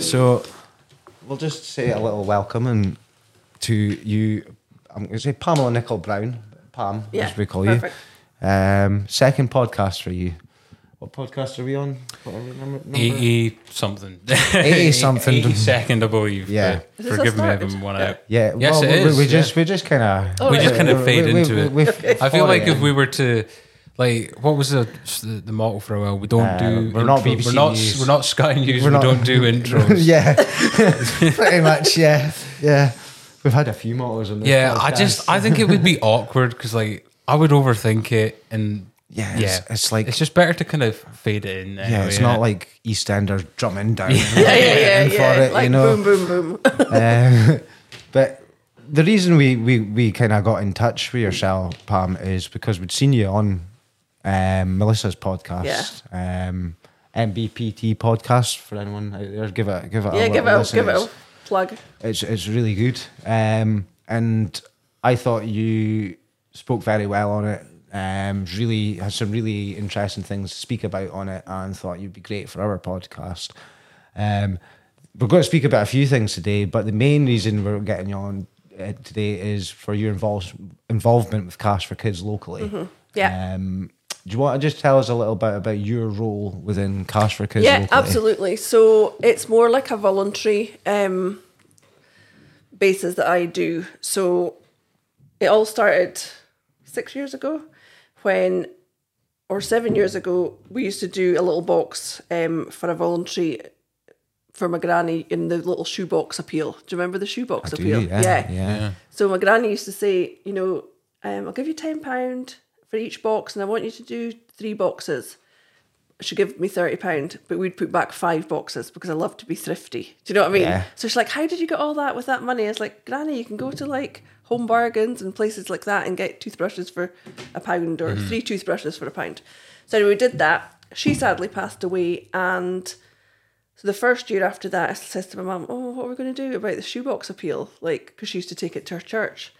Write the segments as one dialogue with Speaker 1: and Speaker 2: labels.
Speaker 1: So we'll just say a little welcome and to you. I'm going to say Pamela Nicol Brown, Pam,
Speaker 2: Yeah,
Speaker 1: as we call
Speaker 2: perfect.
Speaker 1: you. Um, second podcast for you. What podcast are we on? What are we number? number?
Speaker 3: 80 something.
Speaker 1: 80 something.
Speaker 3: 80 second, I believe.
Speaker 1: Yeah.
Speaker 2: Is
Speaker 3: but
Speaker 2: this
Speaker 3: Forgive me,
Speaker 2: how it
Speaker 3: I haven't
Speaker 2: started?
Speaker 3: one
Speaker 2: Yeah.
Speaker 3: out.
Speaker 1: Yeah,
Speaker 3: Yes,
Speaker 1: well,
Speaker 3: it
Speaker 1: we-
Speaker 3: is,
Speaker 1: we
Speaker 3: yeah.
Speaker 1: just we just kind of
Speaker 2: Oh,
Speaker 3: We
Speaker 2: right.
Speaker 3: just kind of fade
Speaker 1: we- we-
Speaker 3: into it.
Speaker 1: we- we-
Speaker 3: I feel
Speaker 1: follow
Speaker 3: like
Speaker 1: it
Speaker 3: if
Speaker 1: in.
Speaker 3: we were to, like, what was the the, the motto for a while? We don't
Speaker 1: Uh,
Speaker 3: do.
Speaker 1: we're not
Speaker 3: intro-
Speaker 1: BBC
Speaker 3: We're not,
Speaker 1: News.
Speaker 3: we're not Sky News.
Speaker 1: We're
Speaker 3: We're
Speaker 1: not-
Speaker 3: don't do intros.
Speaker 1: yeah, pretty much. Yeah, yeah. We've had a few motors on this.
Speaker 3: yeah, I
Speaker 1: podcast.
Speaker 3: just I think it would be awkward because like I would overthink it and
Speaker 1: Yeah, it's- it's like-
Speaker 3: it's just better to kind of fade it in.
Speaker 1: yeah.
Speaker 3: anyway,
Speaker 1: It's not like EastEnders drumming down.
Speaker 2: Oh, yeah, yeah, yeah,
Speaker 1: in
Speaker 2: yeah.
Speaker 1: for it,
Speaker 2: like
Speaker 1: you know.
Speaker 2: boom, boom, boom.
Speaker 1: Um, but the reason we we, we kind of got in touch with yourself, Pam, is because we'd seen you on um, Melissa's podcast, um, MBPT podcast. For anyone out there, give it give it
Speaker 2: yeah,
Speaker 1: a
Speaker 2: give it,
Speaker 1: little
Speaker 2: a,
Speaker 1: listen.
Speaker 2: give it
Speaker 1: It's-
Speaker 2: a plug.
Speaker 1: It's it's really good. Um, and I thought you spoke very well on it. Um, really has some really interesting things to speak about on it, and thought you'd be great for our podcast. Um, we're going to speak about a few things today, but the main reason we're getting you on uh, today is for your involves involvement with Cash for Kids locally.
Speaker 2: Mm-hmm. Yeah.
Speaker 1: Um, do you want to just tell us a little bit about your role within Cash for Kids?
Speaker 2: Yeah,
Speaker 1: locally?
Speaker 2: absolutely. So it's more like a voluntary um, basis that I do. So it all started six years ago when, or seven years ago, we used to do a little box um, for a voluntary for my granny in the little shoebox appeal. Do you remember the shoebox
Speaker 1: I do,
Speaker 2: appeal?
Speaker 1: yeah, yeah.
Speaker 2: So my granny used to say, you know, um, I'll give you ten pound for each box, and I want you to do three boxes. She gave me thirty pound, but we'd put back five boxes because I love to be thrifty. Do you know what I mean?
Speaker 1: Yeah.
Speaker 2: So she's like, "How did you get all that with that money?" I was like, "Granny, you can go to like Home Bargains and places like that and get toothbrushes for a pound or three toothbrushes for a pound." So anyway, we did that. She sadly passed away, and so the first year after that, I says to my mum, "Oh, what are we going to do about the shoebox appeal?" Like, because she used to take it to her church.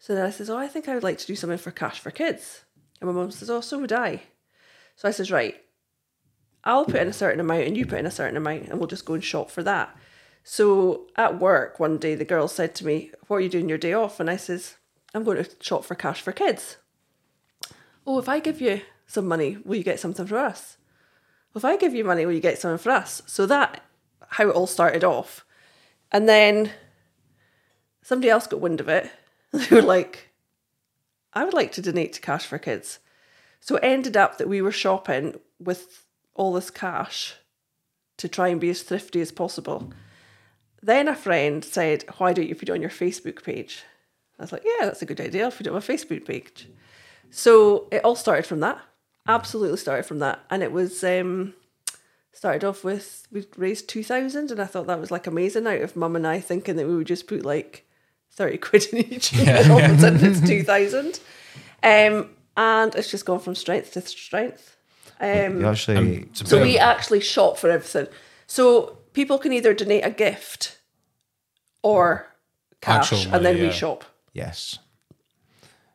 Speaker 2: So then I says, "Oh, I think I would like to do something for cash for kids." And my mum says, "Oh, so would I." So I says, "Right, I'll put in a certain amount, and you put in a certain amount, and we'll just go and shop for that." So at work one day, the girl said to me, "What are you doing your day off?" And I says, "I'm going to shop for cash for kids." Oh, if I give you some money, will you get something for us? if I give you money, will you get something for us? So that how it all started off. And then somebody else got wind of it. They were like, I would like to donate to Cash for Kids. So it ended up that we were shopping with all this cash to try and be as thrifty as possible. Then a friend said, Why don't you put it on your Facebook page? I was like, Yeah, that's a good idea. I'll put it on my Facebook page. So it all started from that. Absolutely started from that, and it was um, started off with we raised two thousand, and I thought that was like amazing out of mum and I thinking that we would just put like thirty quid in each, and all of a sudden it's two thousand, um, and it's just gone from strength to strength. Um,
Speaker 1: You actually,
Speaker 3: It's a
Speaker 2: so
Speaker 3: bit
Speaker 2: we
Speaker 3: of-
Speaker 2: actually shop for everything. So people can either donate a gift or cash,
Speaker 3: Actual
Speaker 2: and then
Speaker 3: money,
Speaker 2: we
Speaker 3: yeah.
Speaker 2: shop,
Speaker 1: yes.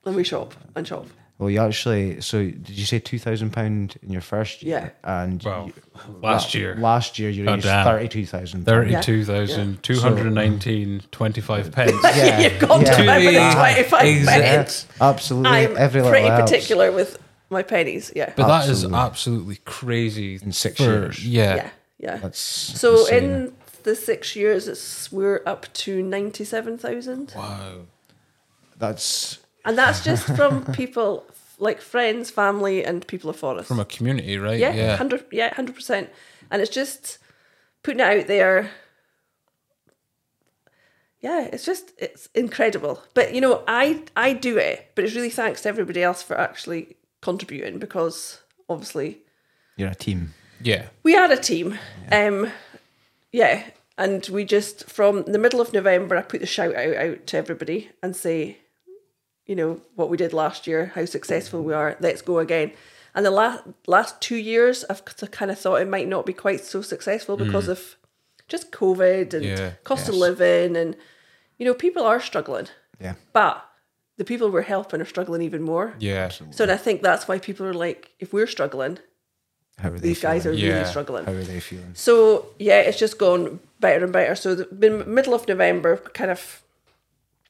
Speaker 2: and we shop and shop.
Speaker 1: Well, you actually. So, did you say two thousand pound in your first year? Yeah. And
Speaker 3: well,
Speaker 1: you-
Speaker 3: last
Speaker 1: la-
Speaker 3: year.
Speaker 1: last year you
Speaker 3: Oh,
Speaker 1: raised
Speaker 3: damn.
Speaker 1: thirty two thousand.
Speaker 3: Thirty-two thousand two hundred nineteen twenty-five pence.
Speaker 1: Yeah,
Speaker 2: You've got
Speaker 1: yeah.
Speaker 2: to remember the
Speaker 3: Yeah.
Speaker 2: 25
Speaker 3: Exactly.
Speaker 2: pence.
Speaker 1: absolutely.
Speaker 2: I'm
Speaker 1: every little
Speaker 2: pretty
Speaker 1: helps.
Speaker 2: particular with my pennies. Yeah.
Speaker 3: But that is
Speaker 1: Absolutely.
Speaker 3: absolutely crazy.
Speaker 1: In six years.
Speaker 3: Yeah.
Speaker 2: yeah. Yeah.
Speaker 1: That's
Speaker 2: so
Speaker 1: insane.
Speaker 2: in the six years, it's we're up to 97,000.
Speaker 3: Wow.
Speaker 1: that's
Speaker 2: And that's just from people like friends, family, and people of Forest.
Speaker 3: From a community, right?
Speaker 2: yeah, hundred, yeah, hundred percent. And it's just putting it out there. Yeah, it's just it's incredible. But you know, I I do it, but it's really thanks to everybody else for actually contributing because obviously
Speaker 1: you're a team.
Speaker 3: Yeah.
Speaker 2: we are a team. Um, yeah, and we just from the middle of November, I put the shout out out to everybody and say, you know, what we did last year, how successful we are. Let's go again. And the last last two years, I've kind of thought it might not be quite so successful because of just COVID and
Speaker 3: Hmm. Yeah,
Speaker 2: cost of
Speaker 1: yes.
Speaker 2: living, and you know, people are struggling,
Speaker 1: Yeah.
Speaker 2: but the people we're helping are struggling even more.
Speaker 3: Yeah.
Speaker 2: So, and I think that's why people are like, if we're struggling,
Speaker 1: How are they?
Speaker 2: these guys are
Speaker 1: feeling?
Speaker 2: really
Speaker 3: Yeah.
Speaker 2: struggling.
Speaker 1: How are they feeling?
Speaker 2: So yeah, it's just gone better and better. So the mid- middle of November kind of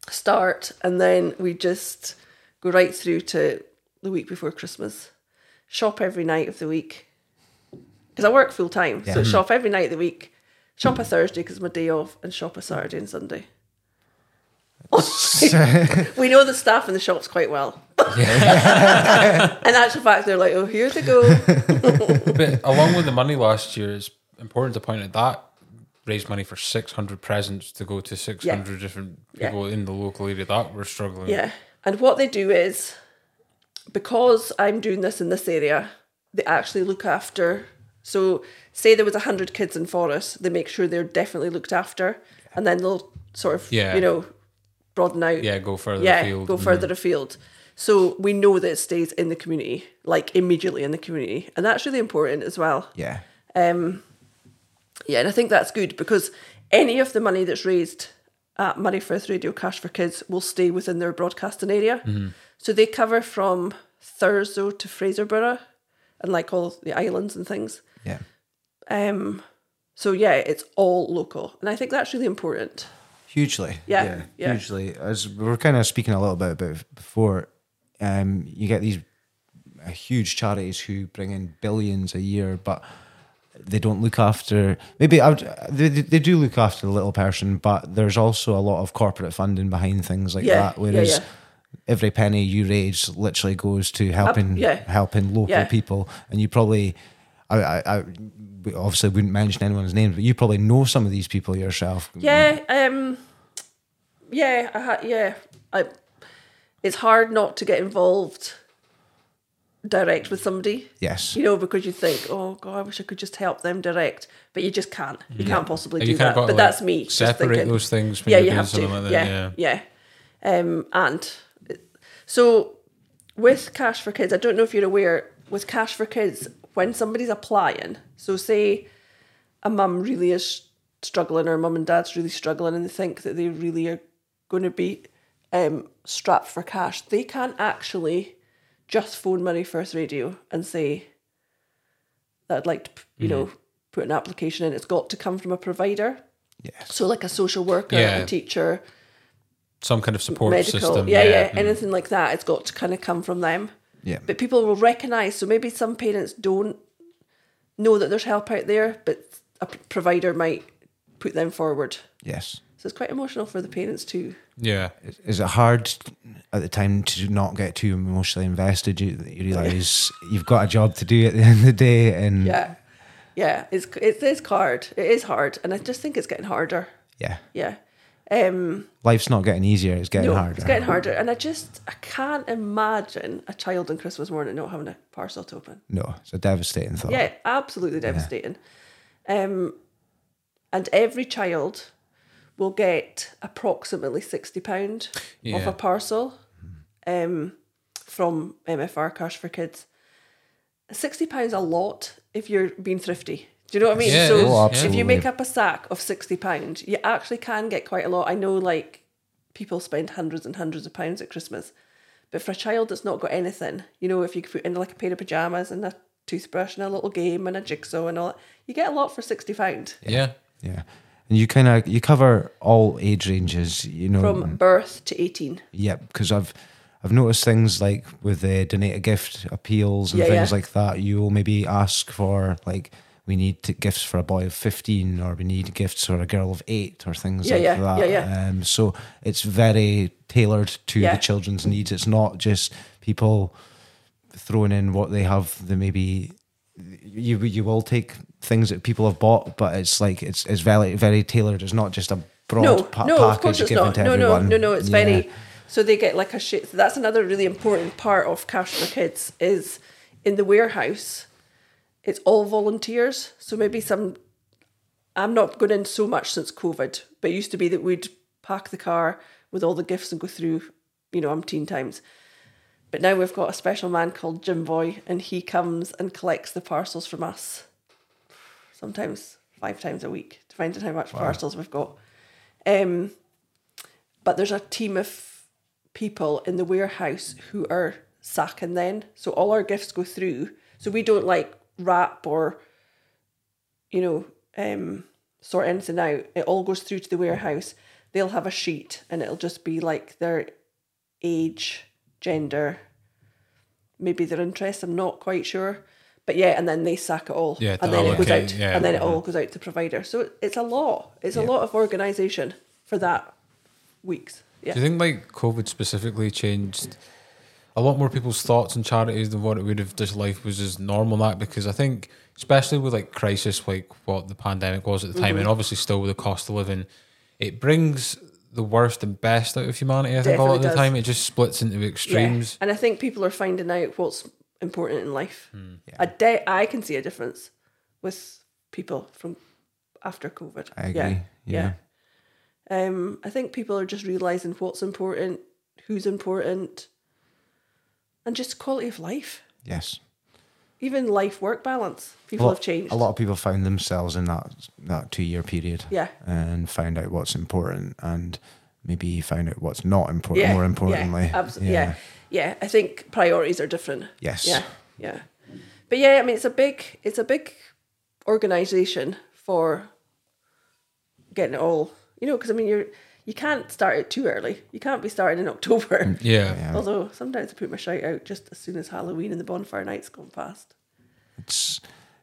Speaker 2: start, and then we just go right through to the week before Christmas. Shop every night of the week because I work full time, so shop every night of the week. Shop a Thursday because my day off, and shop a Saturday and Sunday. we know the staff in the shops quite well. and actual fact, they're like, "Oh, here they go."
Speaker 3: But along with the money last year, it's important to point out that raised money for 600 presents to go to 600 different
Speaker 2: Yeah.
Speaker 3: people in the local area that were struggling.
Speaker 2: Yeah. And what they do is because I'm doing this in this area, they actually look after so say there was hundred kids in Forest, they make sure they're definitely looked after and then they'll sort of
Speaker 3: Yeah.
Speaker 2: you know, broaden out.
Speaker 3: Yeah, go further
Speaker 2: yeah,
Speaker 3: afield.
Speaker 2: go
Speaker 3: and-
Speaker 2: further afield. So we know that it stays in the community, like immediately in the community. And that's really important as well.
Speaker 1: Yeah.
Speaker 2: Um, yeah, and I think that's good because any of the money that's raised at Murray Firth Radio Cash for Kids will stay within their broadcasting area. So they cover from Thurso to Fraserburgh and like all the islands and things.
Speaker 1: Yeah.
Speaker 2: Um, so yeah, it's all local. And I think that's really important.
Speaker 1: Hugely.
Speaker 2: Yeah, yeah.
Speaker 1: Hugely. As we were kind of speaking a little bit about before, um, you get these uh, huge charities who bring in billions a year, but they don't look after. Maybe I would, they they they do look after the little person, but there's also a lot of corporate funding behind things like
Speaker 2: Yeah,
Speaker 1: that.
Speaker 2: yeah,
Speaker 1: Whereas
Speaker 2: yeah.
Speaker 1: every penny you raise literally goes to helping
Speaker 2: yeah.
Speaker 1: helping local
Speaker 2: Yeah.
Speaker 1: people, and you probably. I, I, I we obviously wouldn't mention anyone's name, but you probably know some of these people yourself.
Speaker 2: Yeah, um, yeah, I ha- yeah. I, it's hard not to get involved direct with somebody.
Speaker 1: Yes.
Speaker 2: you know, because you think, oh god, I wish I could just help them direct, but you just can't. You can't possibly
Speaker 3: And
Speaker 2: do
Speaker 3: you kind
Speaker 2: that.
Speaker 3: of got
Speaker 2: But
Speaker 3: to
Speaker 2: that's me. just
Speaker 3: separate
Speaker 2: thinking.
Speaker 3: those things. When
Speaker 2: Yeah,
Speaker 3: you're
Speaker 2: you
Speaker 3: doing
Speaker 2: have to.
Speaker 3: something Like that.
Speaker 2: yeah, yeah, Um, and it- so with Cash for Kids, I don't know if you're aware. With Cash for Kids, when somebody's applying, so say a mum really is struggling, or a mum and dad's really struggling, and they think that they really are going to be um, strapped for cash, they can actually just phone Murray First Radio and say that I'd like to, p- you know,
Speaker 3: Mm-hmm.
Speaker 2: put an application in. It's got to come from a provider.
Speaker 1: Yes.
Speaker 2: So like a social worker,
Speaker 3: Yeah.
Speaker 2: a teacher,
Speaker 3: Some kind of support
Speaker 2: medical,
Speaker 3: system.
Speaker 2: yeah, yeah,
Speaker 3: Mm.
Speaker 2: anything like that. It's got to kind of come from them.
Speaker 1: Yeah.
Speaker 2: But people will recognise. So maybe some parents don't know that there's help out there, but a p- provider might put them forward.
Speaker 1: yes.
Speaker 2: So it's quite emotional for the parents too.
Speaker 3: yeah.
Speaker 1: Is it hard at the time to not get too emotionally invested? You, you realize you've got a job to do at the end of the day, and
Speaker 2: Yeah, yeah. It's it is hard. It is hard, and I just think it's getting harder.
Speaker 1: yeah.
Speaker 2: Yeah. Um,
Speaker 1: life's not getting easier; it's getting
Speaker 2: no,
Speaker 1: harder.
Speaker 2: it's getting harder, and I just I can't imagine a child on Christmas morning not having a parcel to open.
Speaker 1: no, it's a devastating thought.
Speaker 2: Yeah, absolutely devastating. Um, and every child will get approximately sixty pound of
Speaker 3: Yeah.
Speaker 2: a parcel um, from MFR Cash for Kids. Sixty pounds a lot if you're being thrifty. Do you know what I mean?
Speaker 3: Yeah, it is,
Speaker 2: so
Speaker 1: Oh,
Speaker 2: if
Speaker 1: absolutely.
Speaker 2: you make up a sack of sixty pound, you actually can get quite a lot. I know, like people spend hundreds and hundreds of pounds at Christmas. But for a child that's not got anything, you know, if you could put in like a pair of pajamas and a toothbrush and a little game and a jigsaw and all that, you get a lot for sixty pound.
Speaker 3: yeah,
Speaker 1: yeah. And you kind of you cover all age ranges, you know.
Speaker 2: From birth to eighteen.
Speaker 1: yeah, because I've I've noticed things like with the donate a gift appeals and
Speaker 2: Yeah,
Speaker 1: things
Speaker 2: yeah.
Speaker 1: like that. You will maybe ask for like we need to, gifts for a boy of fifteen, or we need gifts for a girl of eight, or things
Speaker 2: Yeah,
Speaker 1: like
Speaker 2: yeah,
Speaker 1: that.
Speaker 2: yeah, yeah.
Speaker 1: Um, so it's very tailored to
Speaker 2: Yeah.
Speaker 1: the children's needs. It's not just people throwing in what they have. They maybe you you will take things that people have bought, but it's like it's it's very very tailored. It's not just a broad
Speaker 2: No,
Speaker 1: pa-
Speaker 2: no, of
Speaker 1: package
Speaker 2: course it's
Speaker 1: given
Speaker 2: not.
Speaker 1: to
Speaker 2: No, no,
Speaker 1: everyone.
Speaker 2: no, no, it's
Speaker 1: Yeah.
Speaker 2: very so they get like a shit that's another really important part of Cash for Kids is in the warehouse, it's all volunteers. So maybe some I'm not going in so much since COVID, but it used to be that we'd pack the car with all the gifts and go through, you know, umpteen times. But now we've got a special man called Jim Boy, and he comes and collects the parcels from us sometimes five times a week, depending on how much parcels we've got. Um, but there's a team of people in the warehouse who are sacking then. So all our gifts go through. So we don't like wrap or, you know, um, sort anything out, it all goes through to the warehouse. They'll have a sheet and it'll just be like their age, gender, maybe their interests, I'm not quite sure. But yeah, and then they sack it all.
Speaker 3: Yeah,
Speaker 2: and then it goes
Speaker 3: allocate,
Speaker 2: out
Speaker 3: yeah.
Speaker 2: and then it all goes out to provider. So it- it's a lot. It's a lot of organisation for that weeks. Yeah.
Speaker 3: Do you think like COVID specifically changed a lot more people's thoughts on charities than what it would have just life was as normal and that? Because I think especially with like crisis like what the pandemic was at the time and obviously still with the cost of living, it brings the worst and best out of humanity. I think a lot
Speaker 2: Definitely
Speaker 3: of the
Speaker 2: does.
Speaker 3: time it just splits into extremes.
Speaker 2: Yeah. And I think people are finding out what's important in life.
Speaker 1: Hmm,
Speaker 2: I de- I can see a difference with people from after COVID.
Speaker 1: I agree,
Speaker 2: Yeah. yeah. Um, I think people are just realizing what's important, who's important, and just quality of life.
Speaker 1: Yes.
Speaker 2: Even life work balance. People
Speaker 1: a lot,
Speaker 2: have changed.
Speaker 1: A lot of people found themselves in that that two year period.
Speaker 2: Yeah.
Speaker 1: And found out what's important and maybe found out what's not important more importantly.
Speaker 2: Yeah, abso- yeah. yeah, I think priorities are different.
Speaker 1: Yes.
Speaker 2: Yeah, yeah. But yeah, I mean, it's a big, it's a big organization for getting it all. You know, because I mean, you're you can't start it too early. You can't be starting in October.
Speaker 3: Yeah.
Speaker 1: Mm, Yeah.
Speaker 2: Although sometimes I put my shout out just as soon as Halloween and the bonfire night's gone past.
Speaker 1: It's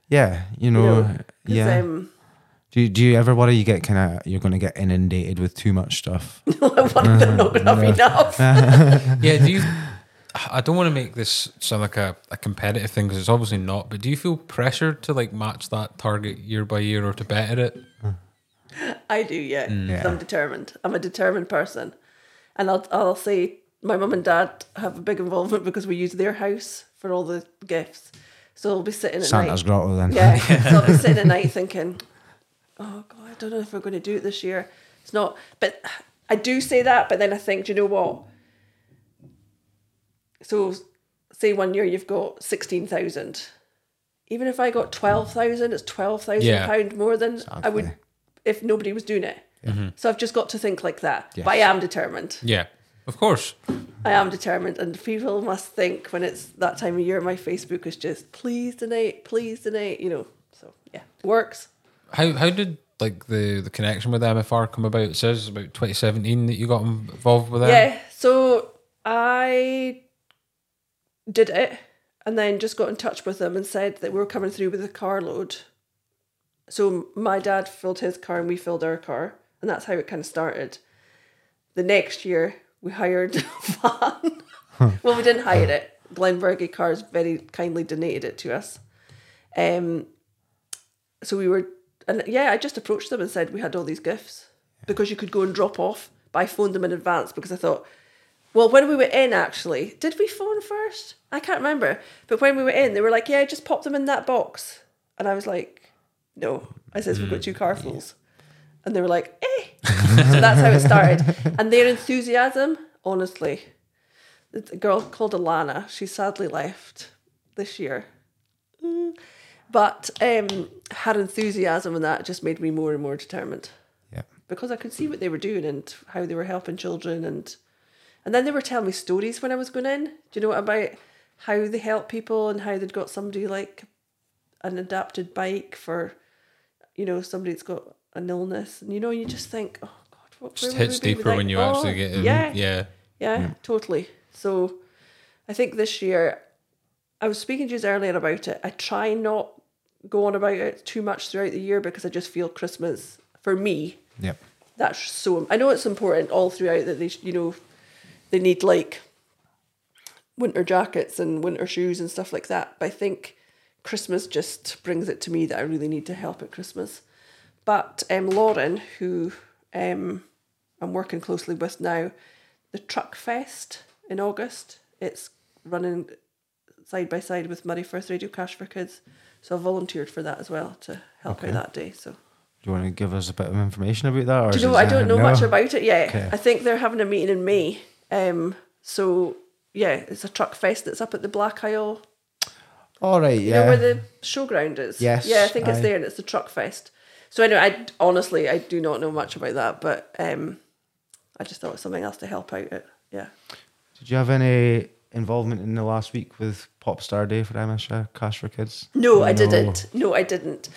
Speaker 1: yeah, you
Speaker 2: You
Speaker 1: know,
Speaker 2: know, 'cause,
Speaker 1: yeah.
Speaker 2: Um,
Speaker 1: do you, do you ever worry you get kind of you're going to get inundated with too much stuff?
Speaker 2: they're not going to have enough.
Speaker 3: Yeah, do you? I don't want to make this sound like a, a competitive thing because it's obviously not. But do you feel pressured to like match that target year by year or to better it?
Speaker 2: I do, yeah. 'cause
Speaker 1: Yeah.
Speaker 2: I'm determined. I'm a determined person, and I'll I'll say my mum and dad have a big involvement because we use their house for all the gifts. So I'll be sitting at
Speaker 1: Santa's
Speaker 2: night.
Speaker 1: grotto then.
Speaker 2: Yeah, so I'll be sitting at night thinking, oh god, I don't know if we're going to do it this year. It's not, but I do say that. But then I think, do you know what? So, say one year you've got sixteen thousand. Even if I got twelve thousand, it's twelve thousand
Speaker 3: Yeah.
Speaker 2: pound more than I would
Speaker 1: Exactly.
Speaker 2: if nobody was doing it. So I've just got to think like that. But I am determined.
Speaker 3: Yeah, of course.
Speaker 2: I am determined, and people must think when it's that time of year, my Facebook is just please donate, please donate. You know, so yeah, works.
Speaker 3: How how did like the the connection with MFR come about? It says about 2017 that you got involved with them.
Speaker 2: Yeah. So I did it and then just got in touch with them and said that we were coming through with a carload. So my dad filled his car and we filled our car. And that's how it kind of started. The next year, we hired a van. well, we didn't hire it. Glenbergie Cars very kindly donated it to us. Um, so we were, and yeah, I just approached them and said we had all these gifts because you could go and drop off. But I phoned them in advance because I thought, well, when we were in, actually, did we phone first? I can't remember. But when we were in, they were like, yeah, just pop them in that box. And I was like, no. I says, we've got two car fools. And they were like, eh. so that's how it started. And their enthusiasm, honestly, it's a girl called Alana, she sadly left this year. Mm. But um, her enthusiasm and that just made me more and more determined
Speaker 1: Yeah.
Speaker 2: because I could see what they were doing and how they were helping children and and then they were telling me stories when I was going in. Do you know about how they help people and how they'd got somebody like an adapted bike for you know somebody that's got an illness and you know you just think oh god what
Speaker 3: Just
Speaker 2: where would
Speaker 3: hits
Speaker 2: we be
Speaker 3: deeper when
Speaker 2: without-
Speaker 3: you
Speaker 2: Oh,
Speaker 3: actually get in.
Speaker 2: yeah
Speaker 3: yeah.
Speaker 2: yeah, totally. So I think this year, I was speaking to you earlier about it. I try not go on about it too much throughout the year because I just feel Christmas for me.
Speaker 1: Yep.
Speaker 2: That's so. I know it's important all throughout that they, sh- you know, they need like winter jackets and winter shoes and stuff like that. But I think Christmas just brings it to me that I really need to help at Christmas. But um, Lauren, who um, I'm working closely with now, the Truck Fest in August, it's running side by side with Murray First Radio Cash for Kids. So I volunteered for that as well to help out that day. So
Speaker 1: Do you want to give us a bit of information about that? Or
Speaker 2: do you know?
Speaker 1: is
Speaker 2: what? I
Speaker 1: it-
Speaker 2: don't know
Speaker 1: uh, no?
Speaker 2: much about it yet.
Speaker 1: Okay.
Speaker 2: I think they're having a meeting in May. Um, so yeah, it's a truck fest that's up at the Black Isle.
Speaker 1: All right.
Speaker 2: You know
Speaker 1: Yeah.
Speaker 2: where the showground is.
Speaker 1: Yes,
Speaker 2: Yeah, I think it's
Speaker 1: aye.
Speaker 2: there, and it's the truck fest. So anyway, I honestly I do not know much about that, but um, I just thought it was something else to help out. It. Yeah.
Speaker 1: Did you have any involvement in the last week with Popstar Day for MSR Cash for Kids?
Speaker 2: No, I didn't. No, I didn't.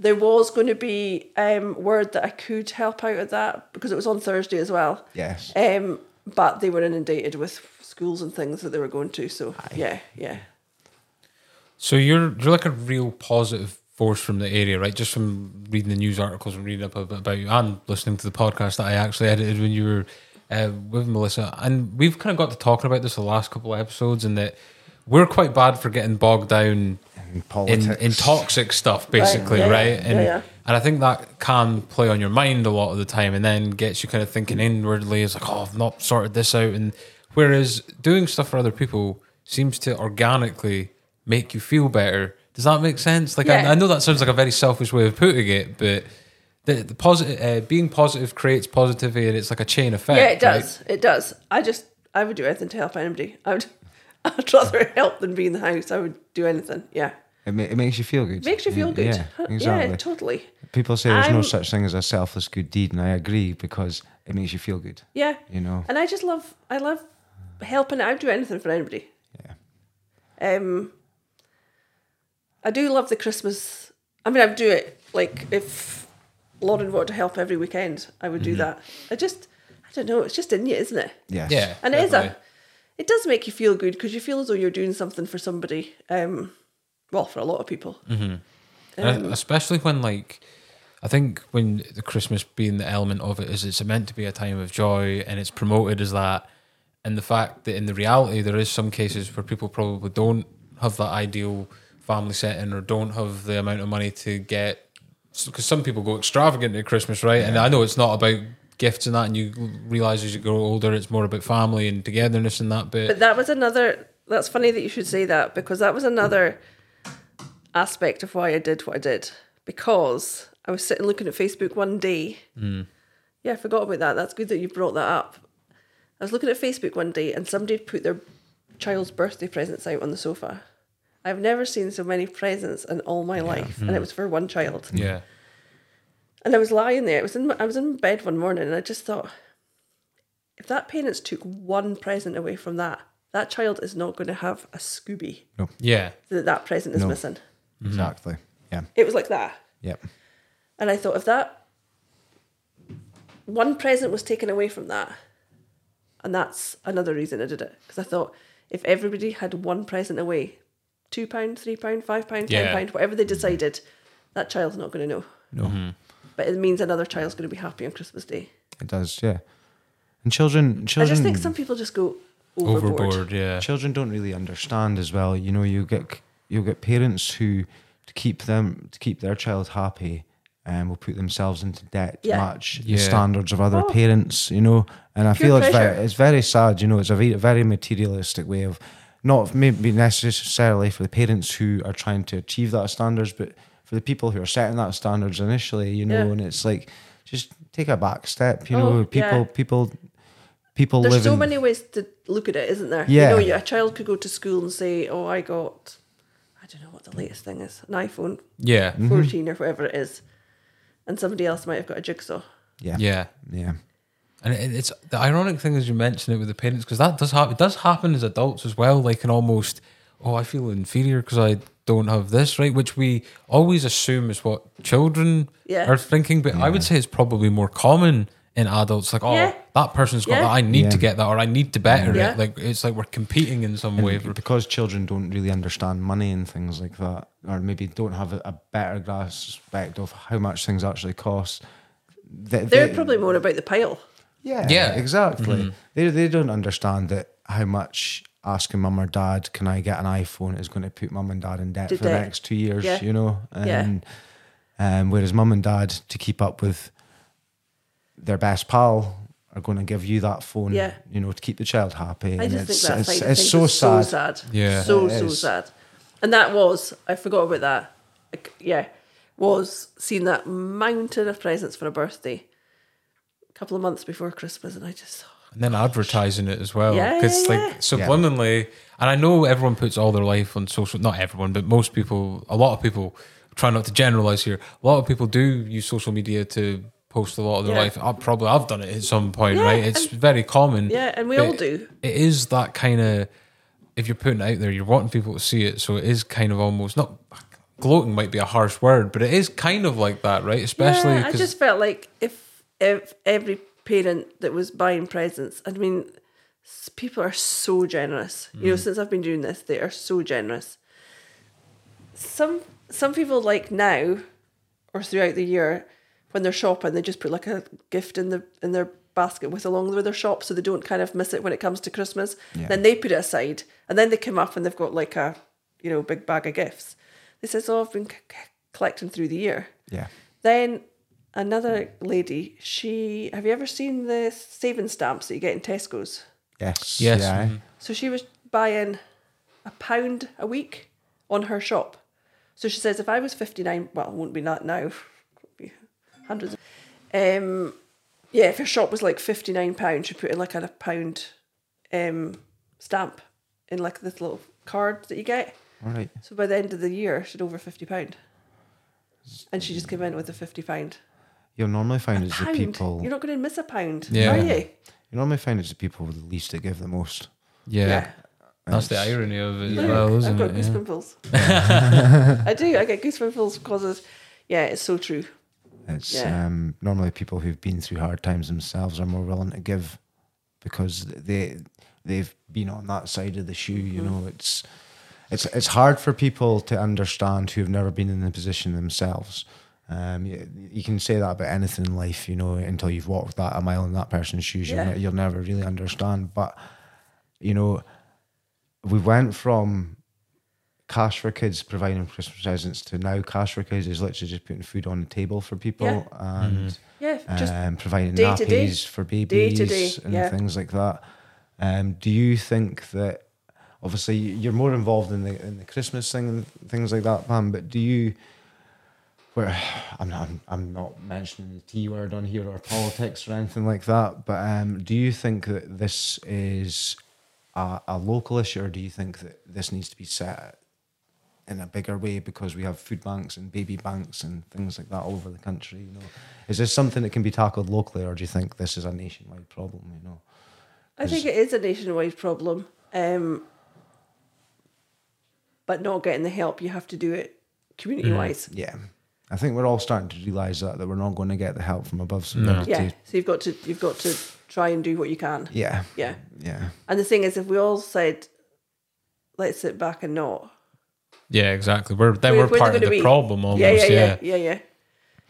Speaker 2: There was going to be um, word that I could help out at that because it was on Thursday as well.
Speaker 1: Yes.
Speaker 2: Um, but they were inundated with schools and things that they were going to. So yeah, yeah.
Speaker 3: So you're you're like a real positive force from the area, right? Just from reading the news articles and reading up a bit about you and listening to the podcast that I actually edited when you were uh, with Melissa, and we've kind of got to talking about this the last couple of episodes, and that we're quite bad for getting bogged down
Speaker 1: And politics.
Speaker 3: in, in toxic stuff, basically,
Speaker 2: yeah,
Speaker 3: right?
Speaker 2: yeah,
Speaker 3: And
Speaker 2: yeah, yeah.
Speaker 3: and I think that can play on your mind a lot of the time, and then gets you kind of thinking inwardly, it's like, oh, I've not sorted this out. And whereas doing stuff for other people seems to organically make you feel better. Does that make sense? Like,
Speaker 2: Yeah.
Speaker 3: I, I know that sounds like a very selfish way of putting it, but the, the positive, uh, being positive creates positivity, and it's like a chain effect.
Speaker 2: Yeah, it
Speaker 3: right?
Speaker 2: does. It does. I just I would do anything to help anybody. I would I'd rather help than be in the house. I would do anything. Yeah.
Speaker 1: It, ma- it makes you feel good.
Speaker 2: Makes you feel good.
Speaker 1: Yeah, exactly.
Speaker 2: yeah totally.
Speaker 1: People say there's no
Speaker 2: I'm-
Speaker 1: such thing as a selfless good deed, and I agree because it makes you feel good.
Speaker 2: Yeah.
Speaker 1: You know.
Speaker 2: And I just love I love helping. I would do anything for anybody.
Speaker 1: Yeah.
Speaker 2: Um I do love the Christmas I mean I would do it like if Lauren wanted to help every weekend, I would
Speaker 1: Mm-hmm.
Speaker 2: do that. I just I don't know, it's just in you, isn't it?
Speaker 1: Yes.
Speaker 3: Yeah.
Speaker 2: and it is
Speaker 3: definitely.
Speaker 2: a it does make you feel good because you feel as though you're doing something for somebody um well for a lot of people
Speaker 3: And Uh, especially when like I think when the Christmas being the element of it is it's meant to be a time of joy and it's promoted as that and the fact that in the reality there is some cases where people probably don't have that ideal family setting or don't have the amount of money to get because some people go extravagant at Christmas right and I know it's not about gifts and that and you realize as you grow older it's more about family and togetherness and that but
Speaker 2: but that was another that's funny that you should say that because that was another aspect of why i did what i did because i was sitting looking at facebook one day yeah i forgot about that that's good that you brought that up i was looking at facebook one day and somebody had put their child's birthday presents out on the sofa i've never seen so many presents in all my life and it was for one child
Speaker 3: yeah
Speaker 2: And I was lying there. It was in I was in bed one morning, and I just thought, if that parents took one present away from that, that child is not going to have a Scooby
Speaker 3: yeah
Speaker 2: that that present is
Speaker 1: No.
Speaker 2: missing.
Speaker 1: Exactly. Yeah.
Speaker 2: It was like that,
Speaker 1: Yep.
Speaker 2: and I thought if that one present was taken away from that, and that's another reason I did it because I thought if everybody had one present away, two pound, three pound, five pound,
Speaker 3: Yeah.
Speaker 2: ten pound, whatever they decided, that child's not going to know.
Speaker 1: No.
Speaker 2: But it means another child's going to be happy on Christmas Day.
Speaker 1: It does. Yeah. And children,
Speaker 2: I
Speaker 1: children,
Speaker 2: just think some people just go overboard.
Speaker 3: overboard yeah
Speaker 1: children don't really understand as well. You know, you get you'll get parents who to keep them to keep their child happy. And will put themselves into debt
Speaker 2: Yeah.
Speaker 1: much
Speaker 3: Yeah.
Speaker 1: the standards of other
Speaker 2: Oh.
Speaker 1: parents, you know. And I
Speaker 2: Peer
Speaker 1: feel it's very,
Speaker 2: pressure.
Speaker 1: it's very sad, you know. It's a very, very materialistic way of not maybe necessarily for the parents who are trying to achieve that standards, but for the people who are setting that standards initially, you know.
Speaker 2: Yeah.
Speaker 1: And it's like just take a back step, you
Speaker 2: Oh,
Speaker 1: know. People,
Speaker 2: yeah.
Speaker 1: people, people
Speaker 2: There's
Speaker 1: live
Speaker 2: so
Speaker 1: in-
Speaker 2: many ways to look at it, isn't there?
Speaker 1: Yeah.
Speaker 2: You know, you- a child could go to school and say, "Oh, I got, I don't know what the latest thing is, an iPhone
Speaker 3: yeah
Speaker 1: Mm-hmm.
Speaker 2: 14 or whatever it is," and somebody else might have got a jigsaw.
Speaker 1: yeah, yeah,
Speaker 3: yeah
Speaker 1: yeah.
Speaker 3: And it- it's the ironic thing is you mention it with the parents because that does happen. It does happen as adults as well. Like an almost, oh, I feel inferior because I don't have this right, which we always assume is what children
Speaker 2: Yeah.
Speaker 3: are thinking. But I would say it's probably more common in adults. Like, oh,
Speaker 2: Yeah.
Speaker 3: that person's got
Speaker 2: Yeah.
Speaker 3: that. I need to
Speaker 1: Yeah.
Speaker 3: get that, or I need to better
Speaker 2: Yeah.
Speaker 3: it. Like it's like we're competing in some way. for-
Speaker 1: because children don't really understand money and things like that, or maybe don't have a, a better grasp of how much things actually cost. They,
Speaker 2: They're
Speaker 1: they-
Speaker 2: probably more about the pile.
Speaker 1: yeah,
Speaker 3: Yeah.
Speaker 1: exactly. They they don't understand that how much asking mum or dad, can I get an iPhone, is going to put mum and dad in debt
Speaker 2: Did
Speaker 1: for the
Speaker 2: they-
Speaker 1: next two years.
Speaker 2: Yeah.
Speaker 1: You know,
Speaker 2: Yeah.
Speaker 1: and um, whereas mum and dad to keep up with their best pal. Are going to give you that phone,
Speaker 2: Yeah.
Speaker 1: you know, to keep the child happy.
Speaker 2: I
Speaker 1: and
Speaker 2: just
Speaker 1: it's,
Speaker 2: think that
Speaker 1: it's,
Speaker 2: side of
Speaker 1: it's
Speaker 2: things
Speaker 1: so
Speaker 2: is
Speaker 1: sad.
Speaker 2: so sad.
Speaker 3: Yeah.
Speaker 2: so
Speaker 1: It
Speaker 2: so
Speaker 1: is.
Speaker 2: sad. And that was I forgot about that. Like, yeah, was seeing that mountain of presents for a birthday, a couple of months before Christmas, and I just.
Speaker 3: and then advertising it as well
Speaker 2: Yeah,
Speaker 3: because
Speaker 2: yeah,
Speaker 3: like
Speaker 2: yeah.
Speaker 3: subliminally and i know everyone puts all their life on social not everyone but most people a lot of people try not to generalize here a lot of people do use social media to post a lot of their
Speaker 2: Yeah.
Speaker 3: life i probably i've done it at some point
Speaker 2: Yeah,
Speaker 3: right it's very common
Speaker 2: Yeah, and we
Speaker 3: but
Speaker 2: all do.
Speaker 3: it is that kind of if you're putting it out there you're wanting people to see it so it is kind of almost not gloating might be a harsh word, but it is kind of like that, right? Especially
Speaker 2: yeah, I
Speaker 3: because
Speaker 2: just felt like if if every parent that was buying presents, I mean, s- people are so generous. You know, since I've been doing this, they are so generous. Some some people like now or throughout the year when they're shopping, they just put like a gift in the in their basket with along with their shop, so they don't kind of miss it when it comes to Christmas. Then they put it aside, and then they come up and they've got like a you know big bag of gifts. They says, "Oh, I've been c- c- collecting through the year."
Speaker 1: Yeah.
Speaker 2: Then another lady, she have you ever seen the saving stamps that you get in Tesco's?
Speaker 1: Yes.
Speaker 3: Yes.
Speaker 1: Yeah. aye.
Speaker 2: So she was buying a pound a week on her shop. So she says, if I was 59, well, it won't be that now, it'll be hundreds. Of, um, yeah, if her shop was like 59 pounds, she put in like a pound um, stamp in like this little card that you get.
Speaker 1: All right.
Speaker 2: So by the end of the year, she'd over 50 pound. And she just came in with a 50 pound.
Speaker 1: You'll normally find it's the
Speaker 2: pound.
Speaker 1: people.
Speaker 2: You're not going to miss a pound,
Speaker 3: Yeah.
Speaker 2: are you?
Speaker 1: You normally find it's the people with the least that give the most.
Speaker 3: yeah, that's the irony of it as
Speaker 2: Look,
Speaker 3: well,
Speaker 2: I've
Speaker 3: isn't
Speaker 2: got
Speaker 3: it? Yeah.
Speaker 2: goosebumps. I do. I get goosebumps causes. Yeah, it's so true.
Speaker 1: It's
Speaker 2: Yeah.
Speaker 1: um, normally people who've been through hard times themselves are more willing to give because they they've been on that side of the shoe. You
Speaker 2: Mm-hmm.
Speaker 1: know, it's it's it's hard for people to understand who have never been in the position themselves. Um, you, you can say that about anything in life, you know, until you've walked that a mile in that person's shoes,
Speaker 2: Yeah.
Speaker 1: you'll, ne- you'll never really understand. But you know, we went from Cash for Kids providing Christmas presents to now Cash for Kids is literally just putting food on the table for people and
Speaker 2: Yeah,
Speaker 3: Uh,
Speaker 2: just
Speaker 1: um, providing
Speaker 2: day to day.
Speaker 1: nappies for babies
Speaker 2: Day to day,
Speaker 1: and
Speaker 2: yeah.
Speaker 1: things like that. Um, do you think that obviously you're more involved in the in the Christmas thing and things like that, Pam? But do you? Where I'm not, I'm, I'm not mentioning the T word on here or politics or anything like that. But um, do you think that this is a, a local issue, or do you think that this needs to be set in a bigger way because we have food banks and baby banks and things like that all over the country. You know, is this something that can be tackled locally, or do you think this is a nationwide problem? You know,
Speaker 2: I think it is a nationwide problem, um, but not getting the help, you have to do it community wise.
Speaker 3: Mm.
Speaker 1: yeah, I think we're all starting to realise that that we're not going to get the help from above. So we have to
Speaker 2: Yeah,
Speaker 1: take-
Speaker 2: so you've got to you've got to try and do what you can.
Speaker 1: yeah,
Speaker 2: Yeah,
Speaker 1: yeah,
Speaker 2: and the thing is, if we all said, "Let's sit back and not,"
Speaker 3: Yeah, exactly. We're then
Speaker 2: Where-
Speaker 3: we're,
Speaker 2: where
Speaker 3: part
Speaker 2: they
Speaker 3: of the
Speaker 2: gonna be?
Speaker 3: problem almost. Yeah,
Speaker 2: yeah, yeah, yeah, yeah, yeah.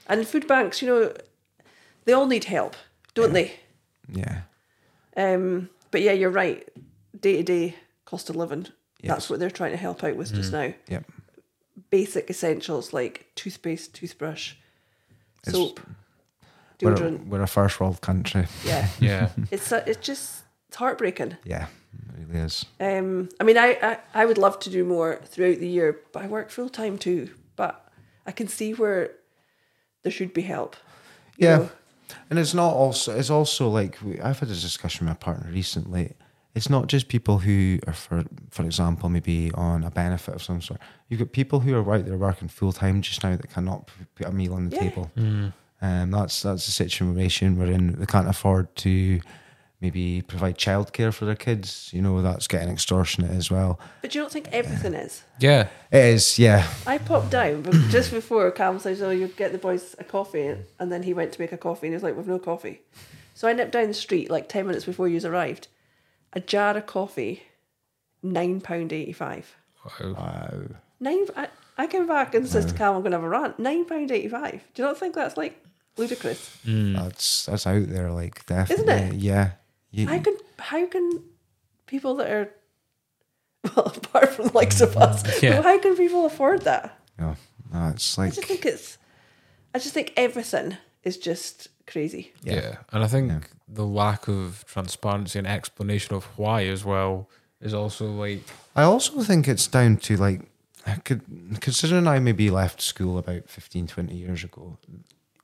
Speaker 2: And food banks, you know, they all need help, don't they?
Speaker 1: yeah.
Speaker 2: Um, but yeah, you're right. Day to day cost of living.
Speaker 1: Yes.
Speaker 2: That's what they're trying to help out with just now.
Speaker 1: Yep.
Speaker 2: Basic essentials like toothpaste, toothbrush,
Speaker 1: It's-
Speaker 2: soap,
Speaker 1: We're, a-
Speaker 2: deodorant.
Speaker 1: we're a first world country.
Speaker 2: Yeah,
Speaker 3: yeah.
Speaker 2: it's so- it's just it's heartbreaking.
Speaker 1: Yeah, it really is.
Speaker 2: Um, I mean, I, I I would love to do more throughout the year, but I work full time too. But I can see where there should be help. you
Speaker 1: Yeah.
Speaker 2: know?
Speaker 1: And it's not also, it's also like, we- I've had this discussion with my partner recently. It's not just people who are, for, for example, maybe on a benefit of some sort. You've got people who are out there working full time just now that cannot p- put a meal on the
Speaker 2: Yeah.
Speaker 1: table. Um, that's that's the situation we're in. They can't afford to maybe provide childcare for their kids. You know, that's getting extortionate as well.
Speaker 2: But you don't think everything is.
Speaker 3: Yeah.
Speaker 1: It is, yeah.
Speaker 2: I popped down but just before Cam says, "Oh, you get the boys a coffee," and then he went to make a coffee, and he was like, "We've no coffee." So I nipped down the street like ten minutes before you arrived. A jar of coffee, nine pound eighty-five.
Speaker 3: Wow.
Speaker 1: Wow.
Speaker 2: Nine. I, I came back and says to Cam, "I'm going to have a rant." Nine pound eighty-five. Do you not think that's like ludicrous?
Speaker 1: That's that's out there, like definitely.
Speaker 2: it?
Speaker 1: Yeah. You-
Speaker 2: How can how can people that are well, apart from the likes of us, but
Speaker 3: Yeah.
Speaker 2: how can people afford that?
Speaker 1: yeah. No, it's
Speaker 2: I
Speaker 1: like
Speaker 2: just think it's. I just think everything is just crazy.
Speaker 1: Yeah.
Speaker 3: Yeah. And I think
Speaker 1: Yeah.
Speaker 3: the lack of transparency and explanation of why as well is also like
Speaker 1: I also think it's down to like, I could, considering I maybe left school about 15, 20 years ago,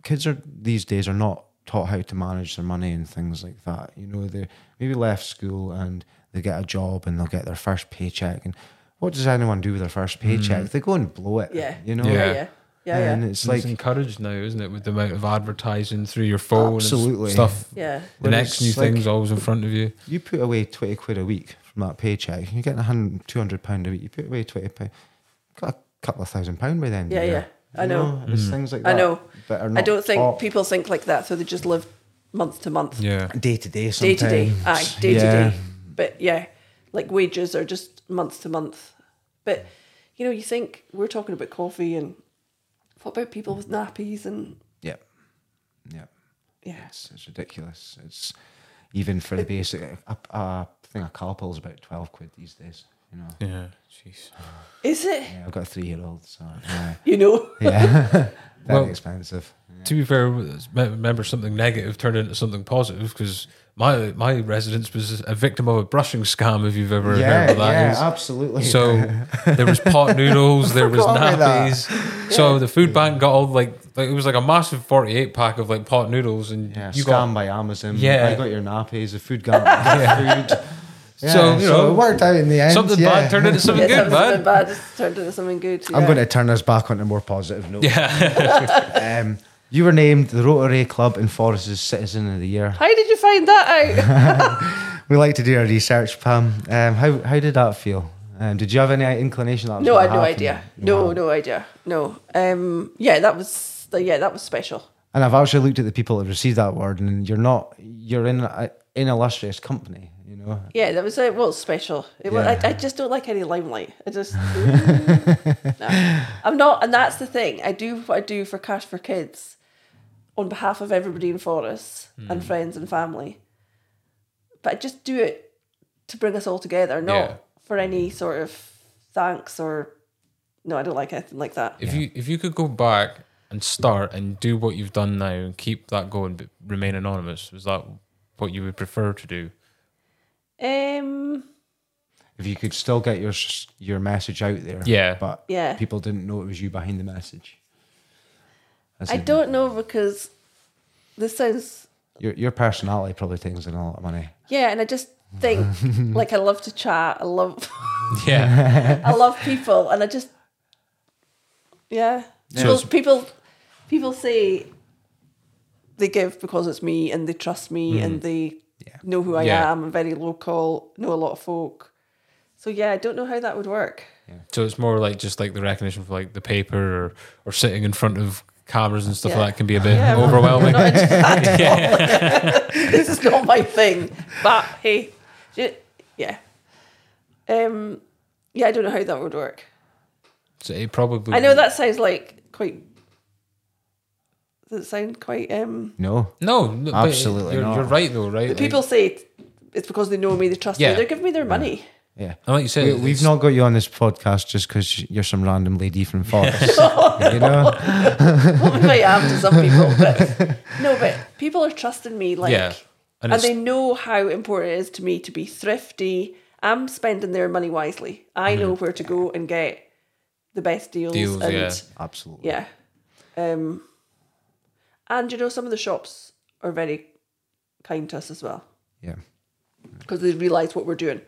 Speaker 1: kids are these days are not taught how to manage their money and things like that. You know, they maybe left school and they get a job and they'll get their first paycheck. And what does anyone do with their first paycheck? They go and blow it.
Speaker 2: Mm. Yeah.
Speaker 1: You know?
Speaker 3: Yeah.
Speaker 2: Yeah, yeah, yeah, yeah.
Speaker 1: And it's
Speaker 3: it's
Speaker 1: like,
Speaker 3: encouraged now, isn't it, with the amount of advertising through your phone
Speaker 1: Absolutely.
Speaker 3: and stuff.
Speaker 2: Yeah.
Speaker 3: The
Speaker 1: When
Speaker 3: next
Speaker 1: it's
Speaker 3: new
Speaker 1: like-
Speaker 3: thing's always in front of you.
Speaker 1: you put away 20 quid a week from that paycheck, you're getting 100, 200 pound a week, you put away 20 pound, got a couple of thousand pound by then.
Speaker 2: Yeah, yeah. I
Speaker 1: You
Speaker 2: know.
Speaker 1: It's things like
Speaker 2: I
Speaker 1: that.
Speaker 2: know.
Speaker 1: That are
Speaker 2: I
Speaker 1: not
Speaker 2: don't think
Speaker 1: taught
Speaker 2: people think like that, so they just live month to month,
Speaker 3: Yeah.
Speaker 1: day to day.
Speaker 2: day to day. Aye,
Speaker 1: sometimes.
Speaker 2: day
Speaker 1: Yeah.
Speaker 2: to day. But yeah, like wages are just month to month. But you know, you think we're talking about coffee and what about people with nappies and
Speaker 1: Yeah, yeah.
Speaker 2: yeah,
Speaker 1: It's, it's ridiculous. It's even for the basic. A, a thing a car pull is about twelve quid these days. You know.
Speaker 3: Yeah. Jeez.
Speaker 2: is it?
Speaker 1: Yeah, I've got a three-year-old, so yeah,
Speaker 2: You know,
Speaker 1: yeah. very
Speaker 3: Well-
Speaker 1: expensive.
Speaker 3: To be fair, let's me- remember something negative turned into something positive because my my residence was a victim of a brushing scam. If you've ever heard
Speaker 1: Yeah,
Speaker 3: of that, It
Speaker 1: yeah,
Speaker 3: was-
Speaker 1: absolutely.
Speaker 3: So there was pot noodles, there was
Speaker 1: forgot about that.
Speaker 3: nappies. So the food bank got all like, like it was like a massive forty eight pack of like pot noodles, and
Speaker 1: yeah,
Speaker 3: you
Speaker 1: scam
Speaker 3: got
Speaker 1: by Amazon.
Speaker 3: Yeah.
Speaker 1: I got your nappies. The food got yeah. food. Yeah,
Speaker 3: So, you know,
Speaker 1: it worked out in the end.
Speaker 3: something
Speaker 1: yeah.
Speaker 3: bad turned into something
Speaker 2: yeah,
Speaker 3: good, man.
Speaker 2: something bad has turned into something good.
Speaker 1: I'm
Speaker 2: yeah.
Speaker 1: going to turn us back onto a more positive note.
Speaker 3: Yeah,
Speaker 1: Um, you were named the Rotary Club in Forest's Citizen of the Year.
Speaker 2: How did you find that out?
Speaker 1: We like to do our research, Pam. Um, how how did that feel? Um, did you have any inclination that was
Speaker 2: no, I
Speaker 1: gonna
Speaker 2: had no
Speaker 1: happen?
Speaker 2: idea. No,
Speaker 1: Wow.
Speaker 2: no idea. No. Um. Yeah, that was. Yeah, that was special.
Speaker 1: And I've actually looked at the people that received that award, and you're not you're in a, in illustrious company. You know,
Speaker 2: Yeah, that was uh, it. Was special. It was,
Speaker 1: Yeah.
Speaker 2: I, I just don't like any limelight. I just no. I'm not, and that's the thing. I do what I do for Cash for Kids, on behalf of everybody in Forest
Speaker 1: Hmm.
Speaker 2: and friends and family. But I just do it to bring us all together, not
Speaker 3: Yeah.
Speaker 2: for any sort of thanks or. No, I don't like anything like that.
Speaker 3: if you if you could go back and start and do what you've done now and keep that going but remain anonymous, was that what you would prefer to do?
Speaker 2: Um.
Speaker 1: if you could still get your s- your message out there,
Speaker 3: Yeah.
Speaker 1: but
Speaker 2: Yeah.
Speaker 1: people didn't know it was you behind the message. As
Speaker 2: I
Speaker 1: in,
Speaker 2: don't know because this sounds
Speaker 1: Your your personality probably takes in a lot of money.
Speaker 2: yeah, and I just think like I love to chat. I love
Speaker 3: Yeah,
Speaker 2: I love people, and I just yeah.
Speaker 3: So
Speaker 2: People,
Speaker 3: it's-
Speaker 2: people people say they give because it's me, and they trust me, and they know who I
Speaker 3: Hmm. Yeah.
Speaker 2: am. I'm very local, know a lot of folk. So yeah, I don't know how that would work.
Speaker 3: so it's more like just like the recognition for like the paper or or sitting in front of cameras and stuff
Speaker 2: Yeah.
Speaker 3: like that can be a bit
Speaker 2: Yeah, I'm-
Speaker 3: overwhelming.
Speaker 2: Not into that at all. this is not my thing. But hey, j- yeah, um, yeah, I don't know how that would work.
Speaker 3: So it probably
Speaker 2: I know that sounds like quite. Does it sound quite? Um,
Speaker 1: No,
Speaker 3: No, no, but
Speaker 1: Absolutely
Speaker 3: You're,
Speaker 1: not.
Speaker 3: you're right though, right?
Speaker 2: but
Speaker 3: Like-
Speaker 2: people say it- it's because they know me, they trust
Speaker 3: Yeah.
Speaker 2: me, they're giving me their money.
Speaker 1: yeah.
Speaker 3: and like you said,
Speaker 1: We, we've
Speaker 3: it's-
Speaker 1: not got you on this podcast just because you're some random lady from Forest. you know,
Speaker 2: Well, I am to some people, but no, but people are trusting me, like,
Speaker 3: Yeah. And
Speaker 2: and,
Speaker 3: it's-
Speaker 2: they know how important it is to me to be thrifty. I'm spending their money wisely. I know where to go and get the best deals.
Speaker 3: Mm-hmm. Deals,
Speaker 2: and
Speaker 3: yeah.
Speaker 1: absolutely.
Speaker 2: Yeah. Um, and you know, some of the shops are very kind to us as well
Speaker 1: yeah.
Speaker 2: because they realise what we're doing.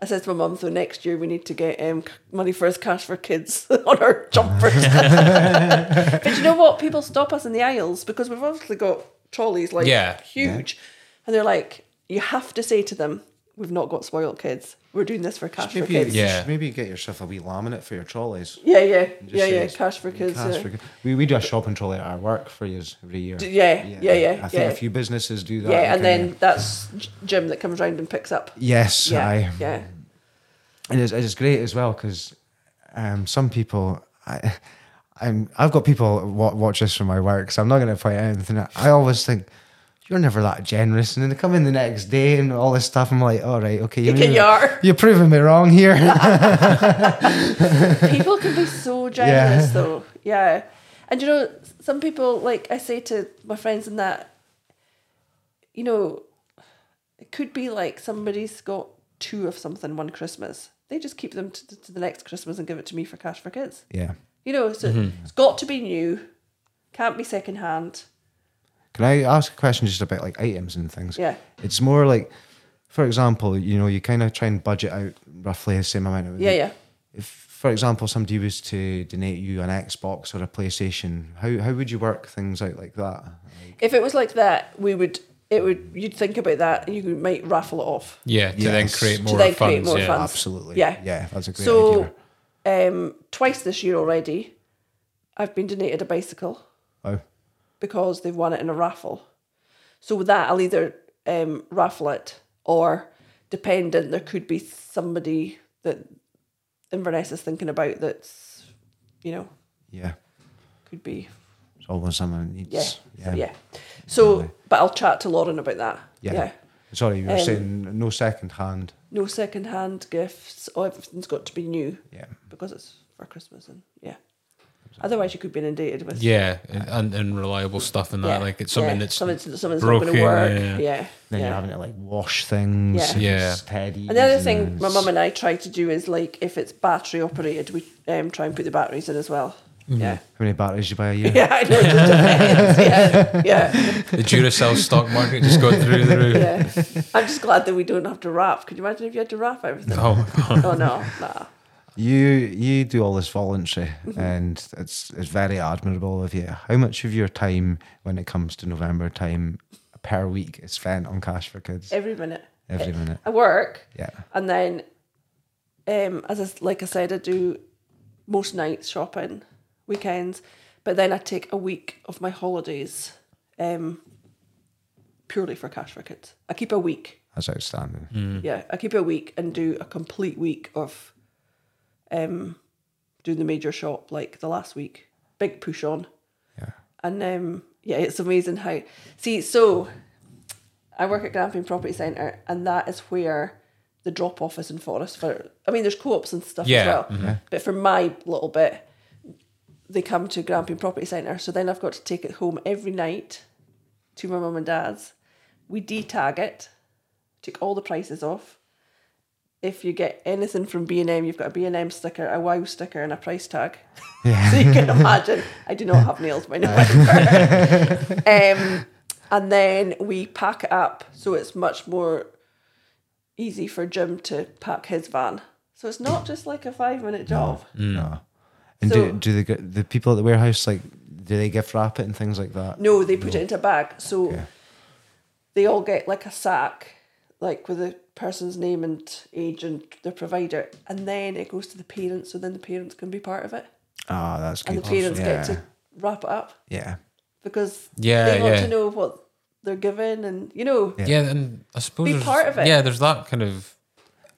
Speaker 2: I said to my mum, so next year we need to get um, c- money for us cash for kids on our jumpers. but you know what? People stop us in the aisles because we've obviously got trolleys like
Speaker 3: Yeah.
Speaker 2: huge. And they're like, you have to say to them, we've not got spoiled kids. We're doing this for cash for kids.
Speaker 3: yeah.
Speaker 2: Yeah,
Speaker 1: maybe get yourself a wee laminate for your trolleys.
Speaker 2: yeah, yeah,
Speaker 1: and just
Speaker 2: yeah,
Speaker 1: say
Speaker 2: yeah.
Speaker 1: it's
Speaker 2: Cash for kids.
Speaker 1: cash
Speaker 2: yeah.
Speaker 1: for kids. we we do a shopping trolley at our work for years every year.
Speaker 2: D- yeah, yeah, yeah,
Speaker 1: I think
Speaker 2: yeah.
Speaker 1: a few businesses do that.
Speaker 2: yeah, and
Speaker 1: kinda-
Speaker 2: then that's J- Jim that comes round and picks up.
Speaker 1: yes,
Speaker 2: Yeah,
Speaker 1: aye.
Speaker 2: yeah.
Speaker 1: and it's, it's great as well because um, some people I, I'm, I've got people wa- watch this from my work so I'm not going to point out anything I always think you're never that generous and then they come in the next day and all this stuff I'm like all right okay
Speaker 2: Okay, you are.
Speaker 1: you're proving me wrong here
Speaker 2: people can be so generous though yeah and you know some people like i say to my friends and that you know it could be like somebody's got two of something one christmas they just keep them to, to the next christmas and give it to me for cash for kids
Speaker 1: yeah
Speaker 2: you know so it's got to be new can't be second hand
Speaker 1: Can I ask a question just about like items and things?
Speaker 2: Yeah.
Speaker 1: It's more like, for example, you know, you kind of try and budget out roughly the same amount of.
Speaker 2: Yeah, yeah.
Speaker 1: If, for example, somebody was to donate you an Xbox or a PlayStation, how how would you work things out like that?
Speaker 2: if it was like that we would it would you'd think about that and you might raffle it off
Speaker 3: yeah, to then
Speaker 1: Yes.
Speaker 3: create
Speaker 1: To
Speaker 3: more
Speaker 2: then create
Speaker 3: funds.
Speaker 2: more
Speaker 3: yeah.
Speaker 2: funds.
Speaker 1: Absolutely.
Speaker 2: Yeah.
Speaker 1: Yeah, that's a great
Speaker 2: so
Speaker 1: idea.
Speaker 2: Um, twice this year already, I've been donated a bicycle
Speaker 1: Wow.
Speaker 2: because they've won it in a raffle. So with that, I'll either um, raffle it or, dependent, there could be somebody that Inverness is thinking about that's, you know,
Speaker 1: Yeah.
Speaker 2: could be
Speaker 1: It's always someone needs.
Speaker 2: yeah yeah. So, but I'll chat to Lauren about that.
Speaker 1: Yeah.
Speaker 2: Yeah.
Speaker 1: Sorry, you were
Speaker 2: Um,
Speaker 1: saying no second hand.
Speaker 2: No second hand gifts. Oh, everything's got to be new
Speaker 1: Yeah.
Speaker 2: because it's for Christmas and yeah. Otherwise, you could be inundated with
Speaker 3: Yeah, and, and, and reliable stuff and that.
Speaker 2: yeah,
Speaker 3: Like it's something
Speaker 2: yeah,
Speaker 3: that's
Speaker 2: something that's, something that's not
Speaker 3: broken,
Speaker 2: going to work.
Speaker 3: yeah.
Speaker 2: Yeah.
Speaker 1: Then
Speaker 2: yeah.
Speaker 1: you're having to like wash things.
Speaker 2: Yeah.
Speaker 1: And
Speaker 3: Yeah.
Speaker 1: Teddies
Speaker 2: And the other thing my
Speaker 1: it's-
Speaker 2: mum and I try to do is like if it's battery operated, we um, try and put the batteries in as well.
Speaker 3: Mm-hmm.
Speaker 2: Yeah.
Speaker 1: How many batteries you buy a year?
Speaker 2: Yeah, I know. It just depends. Yeah, yeah,
Speaker 3: the Duracell stock market just got through the roof.
Speaker 2: yeah. I'm just glad that we don't have to wrap. Could you imagine if you had to wrap everything?
Speaker 3: Oh my god.
Speaker 2: Oh no, nah.
Speaker 1: You you do all this voluntary,
Speaker 2: Mm-hmm.
Speaker 1: and it's it's very admirable of you. How much of your time, when it comes to November time, per week is spent on Cash for Kids?
Speaker 2: Every minute.
Speaker 1: Every minute,
Speaker 2: I work,
Speaker 1: yeah.
Speaker 2: and then, um, as I, s- like I said, I do most nights shopping, weekends, but then I take a week of my holidays, um, purely for cash for kids. I keep a week,
Speaker 1: That's outstanding.
Speaker 2: yeah, I keep a week and do a complete week of, um, doing the major shop like the last week, big push on,
Speaker 1: Yeah.
Speaker 2: and um, yeah, it's amazing how see. So, I work at Grampian Property Centre, and that is where the drop off is in Forest. For I mean, there's co-ops and stuff
Speaker 3: Yeah,
Speaker 2: as well, but for my little bit, they come to Grampian Property Centre. So then I've got to take it home every night to my mum and dad's. We detag it, take all the prices off. If you get anything from B and M, you've got a B and M sticker, a Wow sticker, and a price tag. so you can imagine, I do not have nails by November. um, and then we pack it up, so it's much more easy for Jim to pack his van. So it's not just like a five minute job.
Speaker 3: Mm-hmm.
Speaker 1: No. And
Speaker 2: So-
Speaker 1: do do the g- the people at the warehouse like do they gift wrap it and things like that?
Speaker 2: No, they put it into a bag. So
Speaker 1: Okay.
Speaker 2: they all get like a sack, like with the person's name and age and their provider. And then it goes to the parents. So then the parents can be part of it.
Speaker 1: Ah, that's good.
Speaker 2: And the parents
Speaker 1: yeah.
Speaker 2: get to wrap it up
Speaker 1: yeah.
Speaker 2: because
Speaker 3: Yeah,
Speaker 2: they want
Speaker 3: yeah.
Speaker 2: to know what they're given and, you know,
Speaker 1: Yeah.
Speaker 3: Yeah, and I suppose
Speaker 2: Be
Speaker 3: there's-
Speaker 2: part of it.
Speaker 3: Yeah, there's that kind of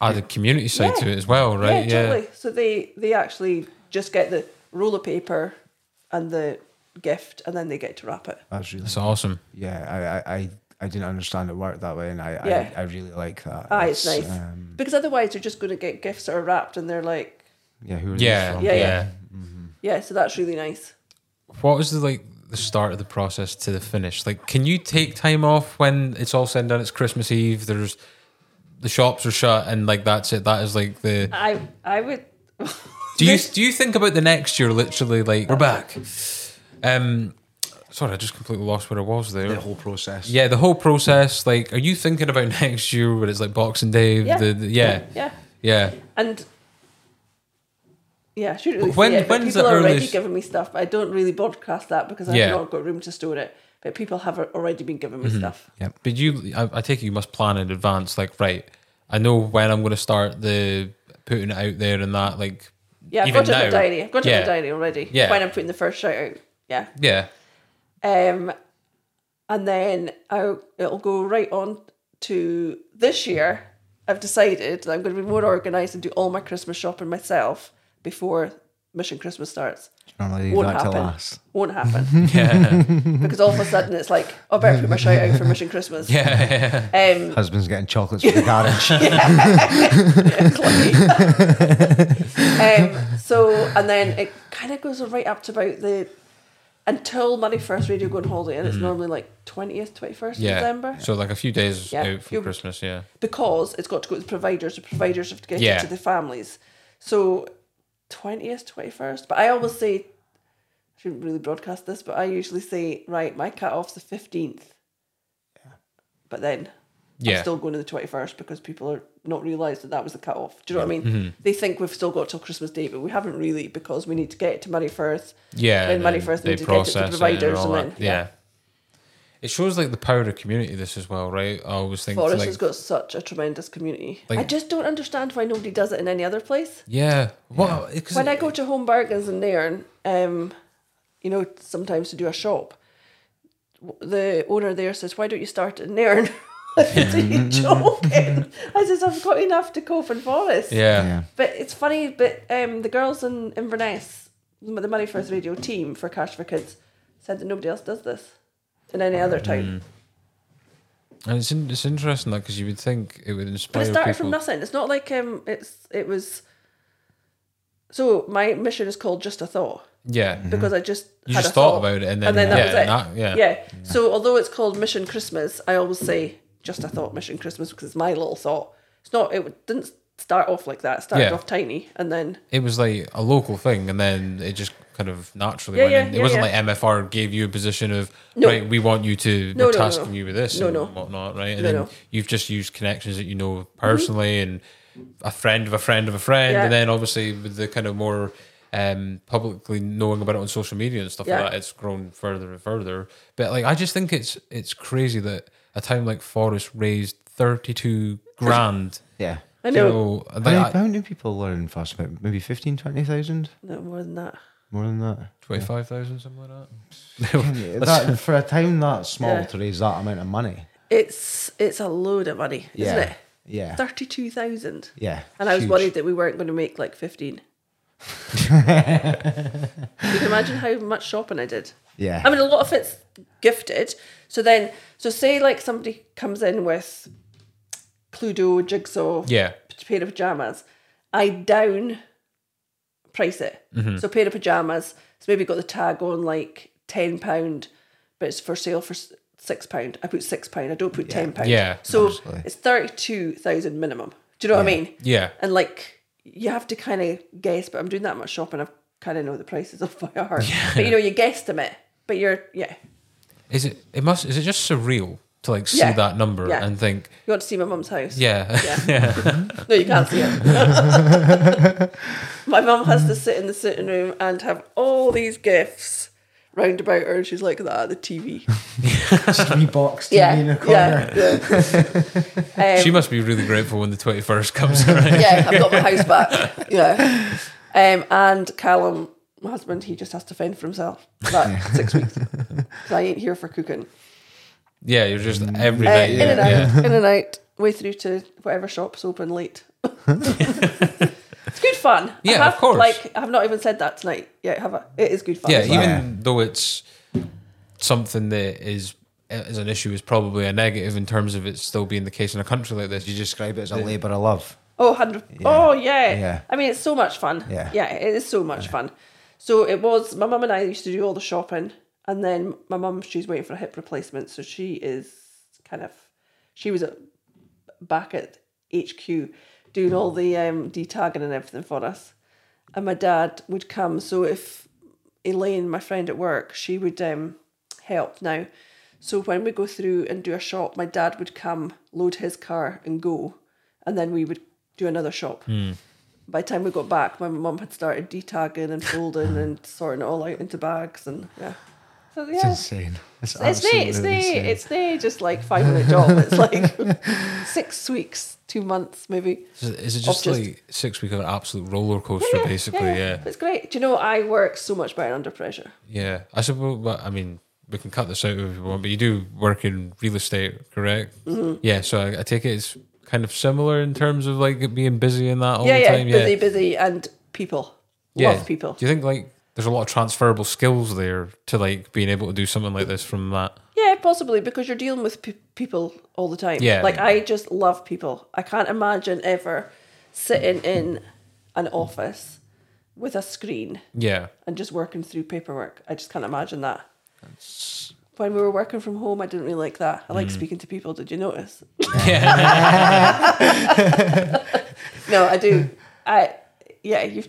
Speaker 3: added community side
Speaker 2: Yeah.
Speaker 3: to it as well, right?
Speaker 2: Yeah, totally. So they they actually just get the roll of paper and the gift, and then they get to wrap it.
Speaker 1: That's really
Speaker 3: That's awesome.
Speaker 1: yeah. I I I, I didn't understand it worked that way, and I
Speaker 2: Yeah.
Speaker 1: I, I really like that.
Speaker 2: Ah, it's
Speaker 1: That's,
Speaker 2: nice
Speaker 1: Um,
Speaker 2: because otherwise they're just going to get gifts that are wrapped, and they're like,
Speaker 1: yeah. Who are
Speaker 3: Yeah,
Speaker 1: these from?
Speaker 3: yeah,
Speaker 2: Yeah, yeah. yeah. So that's really nice.
Speaker 3: What was the like the start of the process to the finish? Like, can you take time off when it's all said and done? It's Christmas Eve. There's the shops are shut, and like that's it. That is like the.
Speaker 2: I I would.
Speaker 3: Do you do you think about the next year? Literally, like we're back. Um, sorry, I just completely lost where I was there.
Speaker 1: The whole process.
Speaker 3: yeah, the whole process. Like, are you thinking about next year when it's like Boxing Day?
Speaker 2: Yeah.
Speaker 3: The, the, yeah,
Speaker 2: Yeah,
Speaker 3: yeah.
Speaker 2: and. Yeah, I shouldn't really
Speaker 3: When-
Speaker 2: say it, but
Speaker 3: when's
Speaker 2: people
Speaker 3: the
Speaker 2: are already
Speaker 3: earliest-
Speaker 2: giving me stuff, but I don't really broadcast that because I've
Speaker 3: Yeah. Mm-hmm.
Speaker 2: not got room to store it. But people have already been giving me stuff.
Speaker 3: But you, I, I take it you must plan in advance. Like, right, I know when I'm going to start the putting it out there and that. Like,
Speaker 2: Yeah, I've
Speaker 3: Even
Speaker 2: got it in
Speaker 3: now.
Speaker 2: my diary. I've got it in
Speaker 3: Yeah.
Speaker 2: my diary already.
Speaker 3: Yeah.
Speaker 2: When I'm putting the first shout out. Yeah.
Speaker 3: yeah,
Speaker 2: Um, and then I, it'll go right on to this year. I've decided that I'm going to be more organised and do all my Christmas shopping myself before Mission Christmas starts.
Speaker 1: Normally
Speaker 2: Won't
Speaker 1: that to
Speaker 2: happen.
Speaker 1: last.
Speaker 2: Won't happen
Speaker 3: yeah,
Speaker 2: because all of a sudden it's like, oh, I better put my shout out for Mission Christmas.
Speaker 3: yeah.
Speaker 2: Um,
Speaker 1: Husband's getting chocolates for the garage.
Speaker 2: um, so and then it kind of goes right up to about the until my first radio going holiday, and it's normally like twentieth, twenty first
Speaker 3: Mm. yeah.
Speaker 2: December.
Speaker 3: So like a few days
Speaker 2: Yeah.
Speaker 3: out from
Speaker 2: You'll-
Speaker 3: Christmas, yeah.
Speaker 2: because it's got to go to the providers. The providers have to get
Speaker 3: Yeah.
Speaker 2: it to the families. So twentieth, twenty first. But I always say I shouldn't really broadcast this, but I usually say right, my cut off's the fifteenth. But then
Speaker 3: Yeah.
Speaker 2: I'm still going to the twenty first because people are not realised that that was the cut off. Do you know what I mean?
Speaker 3: Mm-hmm.
Speaker 2: They think we've still got till Christmas Day, but we haven't really because we need to get it to Murray first.
Speaker 3: yeah.
Speaker 2: then
Speaker 3: and
Speaker 2: money first
Speaker 3: they
Speaker 2: need to get it to
Speaker 3: process it and
Speaker 2: providers
Speaker 3: all
Speaker 2: and
Speaker 3: that,
Speaker 2: then-
Speaker 3: yeah. It shows like the power of community. This as well, right? I always think
Speaker 2: Forest
Speaker 3: like,
Speaker 2: has got such a tremendous community.
Speaker 3: Like-
Speaker 2: I just don't understand why nobody does it in any other place.
Speaker 3: yeah. Well, because
Speaker 2: When I go to Home Bargains in Nairn, um, you know, sometimes to do a shop, w- the owner there says, "Why don't you start in Nairn?" I said, "Are you joking?" I says, "I've got enough to cope in Forest."
Speaker 3: yeah,
Speaker 1: Yeah.
Speaker 2: But it's funny, but um, the girls in Inverness, the Money First Radio team for Cash for Kids, said that nobody else does this in any
Speaker 3: Mm,
Speaker 2: other town.
Speaker 3: and it's in, it's interesting that because you would think it would
Speaker 2: But
Speaker 3: inspire
Speaker 2: it started
Speaker 3: people.
Speaker 2: from nothing. It's not like um, it's it was. So my mission is called just a thought
Speaker 3: Yeah,
Speaker 2: because I just
Speaker 3: Mm. You
Speaker 2: had
Speaker 3: just
Speaker 2: a
Speaker 3: thought
Speaker 2: thought.
Speaker 3: about it and
Speaker 2: that
Speaker 3: then- yeah,
Speaker 2: was
Speaker 3: and
Speaker 2: it.
Speaker 3: that- yeah. Mm.
Speaker 2: So although it's called Mission Christmas, I always say just a thought Mission Christmas because it's my little thought. It's not. It didn't start off like that. It started
Speaker 3: Yeah.
Speaker 2: off tiny and then
Speaker 3: it was like a local thing, and then it just kind of naturally
Speaker 2: Yeah,
Speaker 3: went
Speaker 2: yeah,
Speaker 3: in. It
Speaker 2: yeah,
Speaker 3: wasn't
Speaker 2: yeah.
Speaker 3: like MFR gave you a position of
Speaker 2: No.
Speaker 3: right, we want you to
Speaker 2: No,
Speaker 3: we're
Speaker 2: no, no,
Speaker 3: tasking
Speaker 2: no.
Speaker 3: you with this
Speaker 2: No,
Speaker 3: and
Speaker 2: no.
Speaker 3: whatnot, right? And
Speaker 2: No,
Speaker 3: then
Speaker 2: no. Mm-hmm.
Speaker 3: you've just used connections that you know personally and a friend of a friend of a friend,
Speaker 2: Yeah.
Speaker 3: and then obviously with the kind of more um, publicly knowing about it on social media and stuff
Speaker 2: Yeah.
Speaker 3: like that, it's grown further and further. But like, I just think it's it's crazy that a town like Forest raised thirty two grand.
Speaker 1: Yeah.
Speaker 2: I know
Speaker 3: So, like,
Speaker 1: How many,
Speaker 3: I-
Speaker 1: how many people learn fast? About maybe 15, 20,000?
Speaker 2: no more than that.
Speaker 1: More than that.
Speaker 3: 25,000, something like that.
Speaker 1: that, for a town that small
Speaker 2: Yeah.
Speaker 1: to raise that amount of money.
Speaker 2: It's it's a load of money, isn't
Speaker 1: Yeah.
Speaker 2: it?
Speaker 1: Yeah.
Speaker 2: Thirty two thousand.
Speaker 1: Yeah.
Speaker 2: And I was
Speaker 1: huge.
Speaker 2: worried that we weren't going to make like fifteen. you can imagine how much shopping I did.
Speaker 1: Yeah.
Speaker 2: I mean, a lot of it's gifted. So then, so say like somebody comes in with Cluedo, Jigsaw,
Speaker 3: Yeah.
Speaker 2: p- pair of pajamas. I down price it.
Speaker 3: Mm-hmm.
Speaker 2: So pair of pajamas. It's maybe got the tag on like ten pound, but it's for sale for s- six pound. I put six pound. I don't put ten pound.
Speaker 3: Yeah,
Speaker 2: So
Speaker 1: absolutely.
Speaker 2: it's thirty two thousand minimum. Do you know what I mean?
Speaker 3: Yeah.
Speaker 2: And like you have to kind of guess, but I'm doing that much shopping. I kind of know the prices off by heart. But you know, you guesstimate. But you're yeah.
Speaker 3: Is it? It must. Is it just surreal to like see
Speaker 2: Yeah.
Speaker 3: that number
Speaker 2: Yeah.
Speaker 3: and think,
Speaker 2: You want to see my mum's house?
Speaker 3: yeah, yeah,
Speaker 2: No, you can't see it. My mum has to sit in the sitting room and have all these gifts round about her, and she's like that at the TV.
Speaker 1: Three box TV in the corner.
Speaker 2: yeah, yeah. Um,
Speaker 3: she must be really grateful when the twenty first comes around.
Speaker 2: yeah, I've got my house back. Yeah. Um, and Callum, my husband, he just has to fend for himself about six weeks. 'Cause I ain't here for cooking.
Speaker 3: Yeah, you're just every
Speaker 2: Uh,
Speaker 3: night.
Speaker 2: In and out,
Speaker 3: yeah, yeah.
Speaker 2: in and out, way through to whatever shop's open late. it's good fun. I
Speaker 3: Yeah,
Speaker 2: have,
Speaker 3: of course.
Speaker 2: Like I've not even said that tonight. Yeah, have I? It is good fun.
Speaker 3: Yeah,
Speaker 2: as well.
Speaker 3: even though it's something that is is an issue, is probably a negative in terms of it still being the case in a country like this. You just
Speaker 1: Describe it as a labour of love.
Speaker 2: Oh, 100. Oh, yeah.
Speaker 1: Yeah.
Speaker 2: I mean, it's so much fun.
Speaker 1: Yeah.
Speaker 2: Yeah, it is so much fun. So it was, my mum and I used to do all the shopping. And then my mum, she's waiting for a hip replacement. So she is kind of, she was at, back at HQ doing all the um, detagging and everything for us. And my dad would come. So if Elaine, my friend at work, she would um, help now. So when we go through and do a shop, my dad would come, load his car, and go, and then we would do another shop.
Speaker 1: Hmm.
Speaker 2: By the time we got back, my mum had started detagging and folding and sorting it all out into bags, and yeah. So
Speaker 1: It's
Speaker 2: yeah,
Speaker 1: insane. It's,
Speaker 2: it's neat. It's
Speaker 1: absolutely
Speaker 2: neat.
Speaker 1: insane.
Speaker 2: It's neat. Just like finding a job. It's like six weeks, two months, maybe.
Speaker 3: is it- is it
Speaker 2: Of
Speaker 3: just
Speaker 2: just-
Speaker 3: like six weeks of an absolute roller coaster, basically? yeah.
Speaker 2: It's great. Do you know I work so much better under pressure?
Speaker 3: Yeah, I suppose. But I mean, we can cut this out if you want. But you do work in real estate, correct?
Speaker 2: Mm-hmm.
Speaker 3: Yeah. So I, I take it it's kind of similar in terms of like it being busy and that all
Speaker 2: yeah,
Speaker 3: the
Speaker 2: yeah.
Speaker 3: time.
Speaker 2: busy,
Speaker 3: yeah.
Speaker 2: busy, and people.
Speaker 3: yeah.
Speaker 2: Love people.
Speaker 3: Do you think like there's a lot of transferable skills there to like being able to do something like this from that?
Speaker 2: Yeah, possibly because you're dealing with pe- people all the time.
Speaker 3: Yeah.
Speaker 2: Like I just love people. I can't imagine ever sitting in an office with a screen
Speaker 3: Yeah.
Speaker 2: and just working through paperwork. I just can't imagine that. When we were working from home, I didn't really like that. I like speaking to people. Did you notice? no, I do. I yeah, you.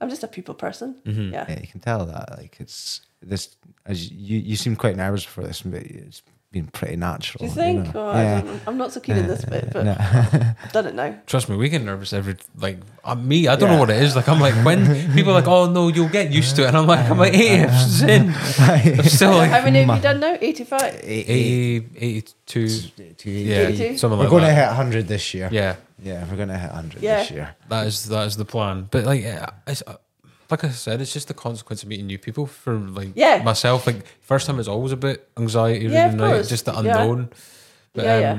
Speaker 2: I'm just a people person. Yeah.
Speaker 1: Yeah, you can tell that. Like it's this as you you seemed quite nervous for this, but it's been pretty natural.
Speaker 2: Do you think?
Speaker 1: know.
Speaker 2: Oh, I
Speaker 1: yeah.
Speaker 2: don't, I'm not so keen on this bit, but
Speaker 1: No.
Speaker 2: I've done it now.
Speaker 3: Trust me, we get nervous every like uh, me. I don't know
Speaker 1: Yeah.
Speaker 3: what it is. Like I'm like when people are like, oh no, you'll get used to it, and I'm like, I'm like eight years in, I'm still
Speaker 2: How
Speaker 3: like
Speaker 2: many have
Speaker 1: Ma-
Speaker 2: you done now? 85.
Speaker 3: 80, 82. yeah,
Speaker 2: 82?
Speaker 3: something
Speaker 1: We're
Speaker 3: like
Speaker 1: going to
Speaker 3: that.
Speaker 1: hit 100 this year.
Speaker 3: Yeah,
Speaker 1: Yeah, we're going to hit 100
Speaker 2: Yeah.
Speaker 1: this year.
Speaker 3: that is that is the plan. But like, eh, it's, uh, like I said, it's just the consequence of meeting new people. For like
Speaker 2: Yeah.
Speaker 3: myself, like first time is always a bit anxiety
Speaker 2: Yeah,
Speaker 3: ridden,
Speaker 2: of
Speaker 3: right?
Speaker 2: course.
Speaker 3: Just the
Speaker 2: Yeah.
Speaker 3: unknown. But, um,
Speaker 2: Yeah, yeah.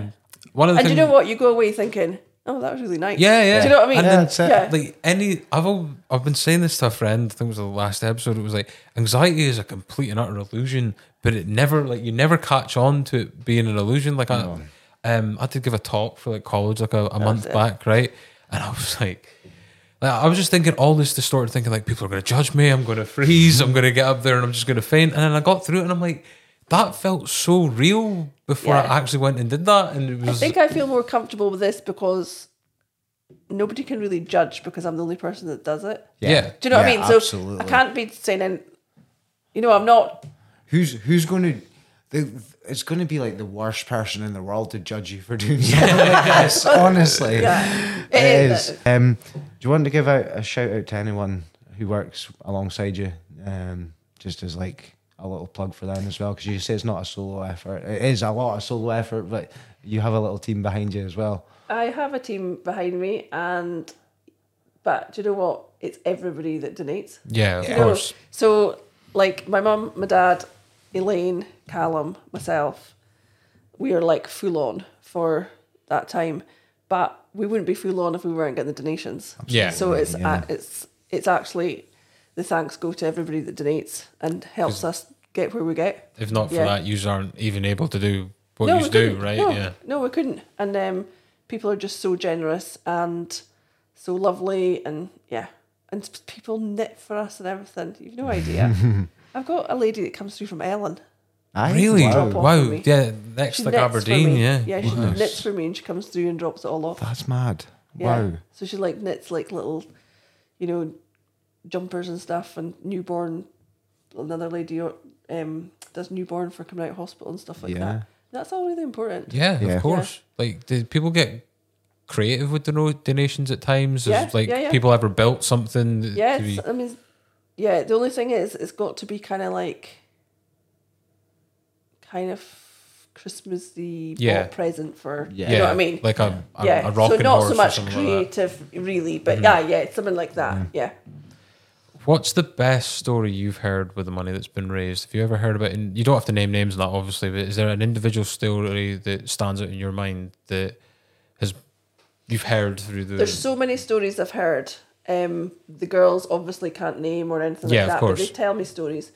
Speaker 3: One of the
Speaker 2: And you
Speaker 3: things-
Speaker 2: know what? You go away thinking, oh, that was really nice.
Speaker 3: Oh, Yeah, yeah.
Speaker 2: Do you know what I mean?
Speaker 1: And then- That's it.
Speaker 2: yeah.
Speaker 3: Uh, like any I've al- I've been saying this to a friend. I think it was the last episode. It was like anxiety is a complete and utter illusion, but it never like you never catch on to it being an illusion. Like I, um, I did give a talk for like college like a, a month
Speaker 2: it.
Speaker 3: back, right? And I was like. like, I was just thinking all this distorted thinking, like people are going to judge me, I'm going to freeze, I'm going to get up there and I'm just going to faint. And then I got through it and I'm like, that felt so real before
Speaker 2: Yeah.
Speaker 3: I actually went and did that. And it
Speaker 2: I
Speaker 3: was,
Speaker 2: think I feel more comfortable with this because nobody can really judge because I'm the only person that does it.
Speaker 3: yeah.
Speaker 2: Do you know what I
Speaker 1: Yeah,
Speaker 2: mean? So
Speaker 1: absolutely.
Speaker 2: I can't be saying, any- you know, I'm not.
Speaker 1: Who's who's going to. The, it's going to be like the worst person in the world to judge you for doing something like this. Honestly,
Speaker 2: Yeah, it
Speaker 1: it
Speaker 2: is.
Speaker 1: is. Um, do you want to give out a shout out to anyone who works alongside you? Um, just as like a little plug for them as well, because you say it's not a solo effort. It is a lot of solo effort, but you have a little team behind you as well.
Speaker 2: I have a team behind me, and but do you know what? It's everybody that donates.
Speaker 3: Yeah, of
Speaker 2: You know,
Speaker 3: course.
Speaker 2: So, like, my mum, my dad, Elaine, Callum, myself, we are like full on for that time, but we wouldn't be full on if we weren't getting the donations.
Speaker 3: Yeah.
Speaker 2: So it's
Speaker 1: yeah.
Speaker 2: a, it's it's actually the thanks go to everybody that donates and helps us get where we get.
Speaker 3: If not for
Speaker 2: Yeah.
Speaker 3: that, you aren't even able to do what
Speaker 2: No,
Speaker 3: you
Speaker 2: we
Speaker 3: do,
Speaker 2: couldn't.
Speaker 3: right?
Speaker 2: No,
Speaker 3: Yeah.
Speaker 2: no, we couldn't. And um, people are just so generous and so lovely, and yeah, and p- people knit for us and everything. You've no idea. I've got a lady that comes through from Ellen.
Speaker 1: Aye,
Speaker 3: Really?
Speaker 1: wow.
Speaker 3: Wow.
Speaker 2: Drop off for me.
Speaker 3: Yeah. Next,
Speaker 2: She
Speaker 3: like
Speaker 2: knits for
Speaker 3: Aberdeen.
Speaker 2: me.
Speaker 3: Yeah.
Speaker 2: yeah, she
Speaker 3: Nice.
Speaker 2: knits for me, and she comes through and drops it all off.
Speaker 1: That's mad.
Speaker 2: Yeah.
Speaker 1: Wow.
Speaker 2: So she like knits like little, you know, jumpers and stuff, and newborn. Another lady um, does newborn for coming out of hospital and stuff like
Speaker 1: Yeah.
Speaker 2: that. That's all really important.
Speaker 3: Yeah,
Speaker 1: Yeah.
Speaker 3: Of course. Like, did people get creative with the no- donations at times?
Speaker 2: Yeah,
Speaker 3: Is, like
Speaker 2: yeah, yeah.
Speaker 3: people ever built something? that-
Speaker 2: Yeah,
Speaker 3: to be-
Speaker 2: it's, I mean, yeah. The only thing is, it's got to be kind of like, kind of Christmassy
Speaker 3: Yeah.
Speaker 2: bought present for.
Speaker 1: Yeah.
Speaker 2: You know what I mean?
Speaker 3: Like a a,
Speaker 2: yeah.
Speaker 3: a rocking
Speaker 2: so not
Speaker 3: horse
Speaker 2: so
Speaker 3: or
Speaker 2: much
Speaker 3: something like
Speaker 2: creative, really, but
Speaker 3: Mm-hmm.
Speaker 2: yeah, yeah, it's something like that. Yeah.
Speaker 3: that. What's the best story you've heard with the money that's been raised? Have you ever heard about? And you don't have to name names, and that obviously, but is there an individual story that stands out in your mind that has you've heard through the?
Speaker 2: There's so many stories I've heard. Um, the girls obviously can't name or anything like
Speaker 3: Yeah, of
Speaker 2: that, but
Speaker 3: course.
Speaker 2: they tell me stories.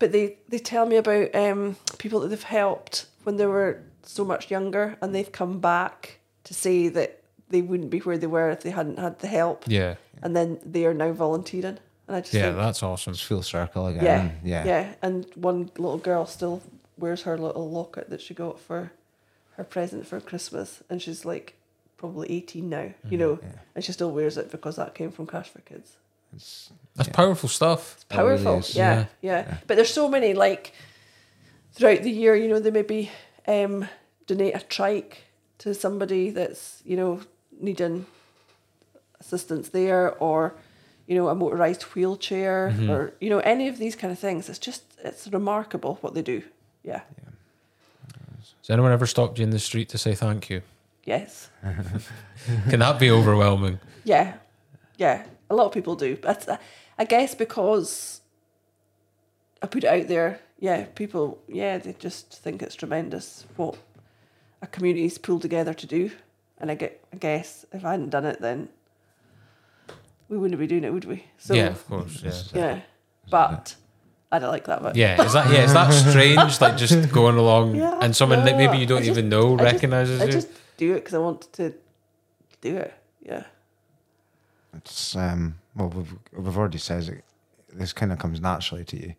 Speaker 2: But they, they tell me about um, people that they've helped when they were so much younger and they've come back to say that they wouldn't be where they were if they hadn't had the help.
Speaker 3: yeah,
Speaker 2: And then they are now volunteering. And I just
Speaker 3: yeah,
Speaker 2: think,
Speaker 3: that's awesome.
Speaker 1: It's full circle
Speaker 2: yeah,
Speaker 1: again.
Speaker 2: yeah, yeah. And one little girl still wears her little locket that she got for her present for Christmas, and she's like probably eighteen now, you know, and she still wears it because that came from Cash for Kids.
Speaker 3: That's powerful stuff.
Speaker 2: It's
Speaker 1: That really
Speaker 2: powerful,
Speaker 1: is,
Speaker 2: yeah, yeah, But there's so many like throughout the year, you know, they maybe um, donate a trike to somebody that's you know needing assistance there or you know a motorized wheelchair or you know any of these kind of things it's just it's remarkable what they do yeah
Speaker 3: Has anyone ever stopped you in the street to say thank you?
Speaker 2: yes
Speaker 3: Can that be overwhelming?
Speaker 2: yeah yeah a lot of people do but uh, i guess because i put it out there yeah people yeah they just think it's tremendous what a community's pulled together to do and i get i guess if i hadn't done it then we wouldn't be doing it would we so
Speaker 3: yeah, of course. Yeah.
Speaker 2: Yeah, but I don't like that much.
Speaker 3: Yeah, is that yeah? Is that strange? Like just going along
Speaker 2: Yeah,
Speaker 3: and someone like
Speaker 2: no,
Speaker 3: maybe you
Speaker 2: I
Speaker 3: don't
Speaker 2: just-
Speaker 3: even know
Speaker 2: I just-
Speaker 3: recognizes
Speaker 2: I
Speaker 3: you.
Speaker 2: just do it because I want to do it. Yeah,
Speaker 1: It's um well we've, we've already says it. This kind of comes naturally to you.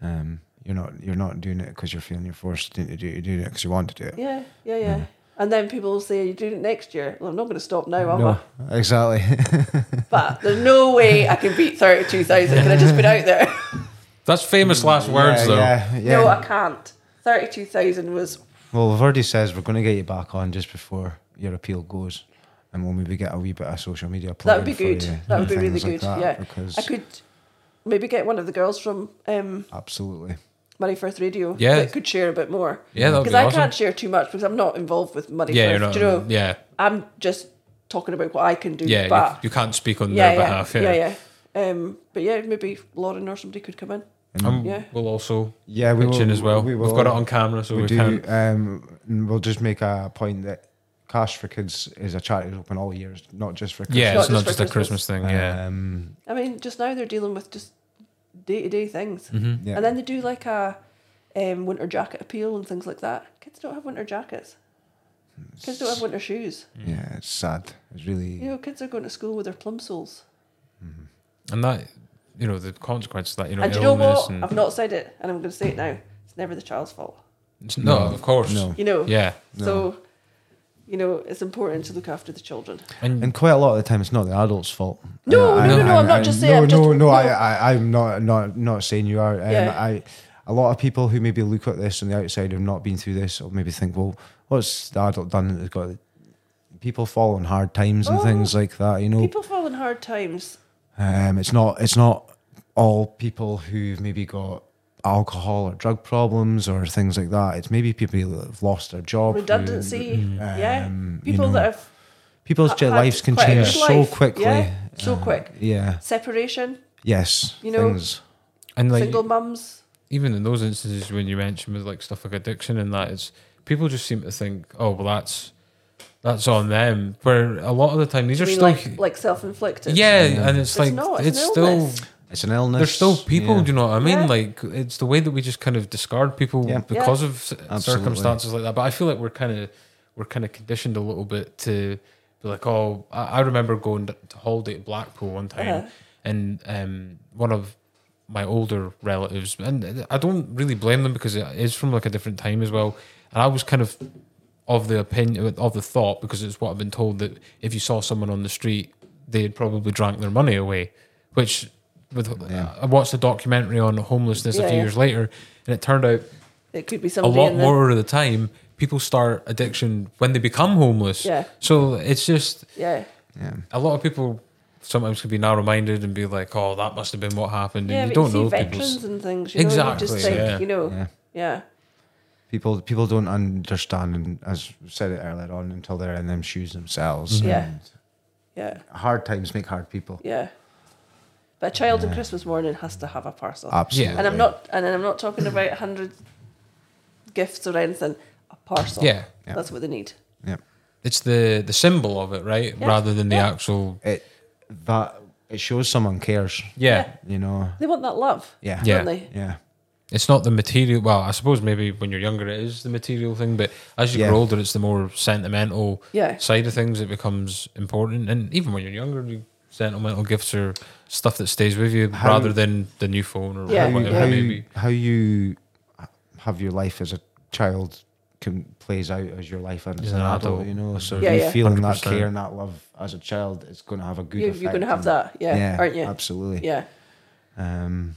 Speaker 1: Um, you're not you're not doing it because you're feeling you're forced to do it. You're doing it because you want to do it.
Speaker 2: yeah, yeah, yeah. And then people will say, "Are you doing it next year?" Well, I'm not going to stop now, am
Speaker 1: No, exactly.
Speaker 2: I? But there's no way I can beat thirty-two thousand. Can I just put it out there?
Speaker 3: Mm, That's famous last words
Speaker 1: yeah,
Speaker 3: though.
Speaker 1: Yeah, yeah.
Speaker 2: No, I can't. Thirty-two thousand was
Speaker 1: Well, Verdi says we're going to get you back on just before your appeal goes, and we'll maybe get a wee bit of social media.
Speaker 2: that would be
Speaker 1: plug-in for
Speaker 2: good.
Speaker 1: you
Speaker 2: That
Speaker 1: and
Speaker 2: would be really
Speaker 1: things like
Speaker 2: good.
Speaker 1: that,
Speaker 2: yeah,
Speaker 1: because
Speaker 2: I could maybe get one of the girls from um,
Speaker 1: absolutely.
Speaker 2: Money First Radio.
Speaker 3: Yeah.
Speaker 2: that could share a bit more.
Speaker 3: Yeah, that would
Speaker 2: because
Speaker 3: be
Speaker 2: I
Speaker 3: awesome.
Speaker 2: can't share too much because I'm not involved with Money
Speaker 3: yeah, you're
Speaker 2: First.
Speaker 3: not,
Speaker 2: do you know?
Speaker 3: yeah,
Speaker 2: I'm just talking about what I can do.
Speaker 3: yeah. you-
Speaker 2: but
Speaker 3: you, can't speak on
Speaker 2: yeah,
Speaker 3: their
Speaker 2: yeah,
Speaker 3: behalf.
Speaker 2: yeah, yeah, Um, but yeah, maybe Lauren or somebody could come in.
Speaker 3: Um,
Speaker 2: Yeah.
Speaker 3: We'll also
Speaker 1: Yeah, we
Speaker 3: pitch
Speaker 1: will-
Speaker 3: in as well.
Speaker 1: we
Speaker 3: We have got it
Speaker 1: will.
Speaker 3: on camera, so we,
Speaker 1: we do.
Speaker 3: can.
Speaker 1: Um, and we'll just make a point that Cash for Kids is a charity that's open all years, not just for Christmas.
Speaker 3: Yeah,
Speaker 2: Not
Speaker 3: it's not
Speaker 2: just
Speaker 3: just
Speaker 2: for
Speaker 3: a Christmas thing. Yeah,
Speaker 1: Um,
Speaker 2: I mean, just now they're dealing with just day to day things,
Speaker 3: Mm-hmm.
Speaker 1: yeah.
Speaker 2: and then they do like a um, winter jacket appeal and things like that. Kids don't have winter jackets.
Speaker 3: Hmm.
Speaker 2: Kids don't have winter shoes.
Speaker 1: yeah, it's sad. It's really.
Speaker 3: Hmm.
Speaker 2: You know, kids are going to school with their plum soles.
Speaker 3: and that you know the consequences of that you know
Speaker 2: And do you know
Speaker 3: illness
Speaker 2: what? I've
Speaker 3: and
Speaker 2: not said it, and I'm going to say it now. It's never the child's fault.
Speaker 3: It's- no, of course,
Speaker 1: No.
Speaker 2: You know.
Speaker 3: yeah,
Speaker 2: So, you know, it's important to look after the children.
Speaker 3: and
Speaker 1: And quite a lot of the time, it's not the adult's fault. Uh,
Speaker 2: No,
Speaker 1: And
Speaker 2: no, no, no, I'm not
Speaker 1: and-
Speaker 2: just
Speaker 1: no,
Speaker 2: saying,
Speaker 1: no,
Speaker 2: I'm just-
Speaker 1: no, I,
Speaker 2: no.
Speaker 1: I, I'm not, not, not saying you are. Um,
Speaker 2: Yeah.
Speaker 1: I, a lot of people who maybe look at this on the outside have not been through this, or maybe think, well, what's the adult done that has got? People fall on hard times and
Speaker 2: Oh,
Speaker 1: things like that. You know,
Speaker 2: People fall in hard times.
Speaker 1: um, it's not it's not all people who've maybe got alcohol or drug problems or things like that. It's maybe people who have lost their job, who-
Speaker 2: Redundancy.
Speaker 3: mm,
Speaker 2: yeah.
Speaker 1: um, you
Speaker 2: People
Speaker 1: know,
Speaker 2: that have
Speaker 1: people's
Speaker 2: had
Speaker 1: lives can
Speaker 2: quite a
Speaker 1: change
Speaker 2: good
Speaker 1: so
Speaker 2: life,
Speaker 1: quickly. Um,
Speaker 2: yeah, so quick.
Speaker 1: Yeah.
Speaker 2: Separation,
Speaker 1: Yes.
Speaker 2: You know,
Speaker 1: Things.
Speaker 3: and like
Speaker 2: single mums.
Speaker 3: even in those instances when you mentioned with like stuff like addiction and that, it's people just seem to think, oh, well, that's that's on them. Where a lot of the time these
Speaker 2: I
Speaker 3: are
Speaker 2: mean,
Speaker 3: still.
Speaker 2: like, like self inflicted.
Speaker 3: yeah, and it's,
Speaker 2: It's
Speaker 3: like
Speaker 2: not, it's
Speaker 3: it's,
Speaker 2: an
Speaker 3: still
Speaker 2: illness.
Speaker 1: It's an illness.
Speaker 3: there's still people.
Speaker 1: Yeah.
Speaker 3: Do you know what I mean?
Speaker 2: Yeah.
Speaker 3: Like it's the way that we just kind of discard people
Speaker 1: Yeah.
Speaker 3: because of c-
Speaker 1: Absolutely.
Speaker 3: circumstances like that. But I feel like we're kind of we're kind of conditioned a little bit to be like, oh, I, I remember going to to holiday at Blackpool one time,
Speaker 2: Uh-huh.
Speaker 3: and um, one of my older relatives, and uh, I don't really blame them because it is from like a different time as well. And I was kind of of the opinion of the thought because it's what I've been told that if you saw someone on the street, they'd probably drank their money away. Which with I watched a documentary on homelessness
Speaker 2: Yeah,
Speaker 3: a few
Speaker 2: yeah.
Speaker 3: years later, and it turned out
Speaker 2: It could be
Speaker 3: a
Speaker 2: somebody
Speaker 3: lot
Speaker 2: in the-
Speaker 3: more of the time people start addiction when they become homeless.
Speaker 2: Yeah.
Speaker 3: So it's just
Speaker 2: Yeah.
Speaker 1: Yeah.
Speaker 3: a lot of people sometimes can be narrow-minded and be like, "Oh, that must have been what happened,"
Speaker 2: Yeah,
Speaker 3: and you
Speaker 2: but you
Speaker 3: don't
Speaker 2: see
Speaker 3: know people's
Speaker 2: veterans and things. You Know, and you just
Speaker 3: Exactly,
Speaker 2: think,
Speaker 3: yeah.
Speaker 2: you know, yeah.
Speaker 1: Yeah. People people don't understand, and as we said it earlier on, until they're in them shoes themselves.
Speaker 2: Mm-hmm. Yeah.
Speaker 1: And
Speaker 2: Yeah.
Speaker 1: Hard times make hard people.
Speaker 2: Yeah. But a child on Christmas morning has to have a parcel.
Speaker 1: Absolutely.
Speaker 2: and I'm not and I'm not talking about hundred gifts or anything. A parcel.
Speaker 3: Yeah.
Speaker 1: Yeah.
Speaker 2: That's what they need.
Speaker 1: Yeah.
Speaker 3: it's the the symbol of it, right?
Speaker 2: Yeah,
Speaker 3: Rather than the
Speaker 2: yeah.
Speaker 3: actual
Speaker 1: It that it shows someone cares.
Speaker 3: yeah.
Speaker 2: Yeah.
Speaker 1: You know.
Speaker 2: They want that love.
Speaker 1: Yeah.
Speaker 3: Yeah.
Speaker 2: Don't they?
Speaker 1: Yeah.
Speaker 3: It's not the material. Well, I suppose maybe when you're younger it is the material thing, but as you
Speaker 1: Yeah.
Speaker 3: grow older, it's the more sentimental
Speaker 2: Yeah.
Speaker 3: side of things that becomes important. And even when you're younger, the sentimental gifts are stuff that stays with you
Speaker 1: How-
Speaker 3: rather than the new phone or
Speaker 2: Yeah,
Speaker 3: whatever.
Speaker 1: how,
Speaker 3: it may
Speaker 1: you,
Speaker 3: be.
Speaker 1: how you have your life as a child can plays out as your life as, an, adult, you know. So
Speaker 2: Yeah,
Speaker 1: you
Speaker 2: yeah.
Speaker 1: feeling that
Speaker 3: 100%.
Speaker 1: care and that love as a child is going to have a good.
Speaker 2: You, you're going to
Speaker 1: effect
Speaker 2: have
Speaker 1: on-
Speaker 2: that. Yeah. Aren't you?
Speaker 1: Absolutely.
Speaker 2: Yeah.
Speaker 1: Um,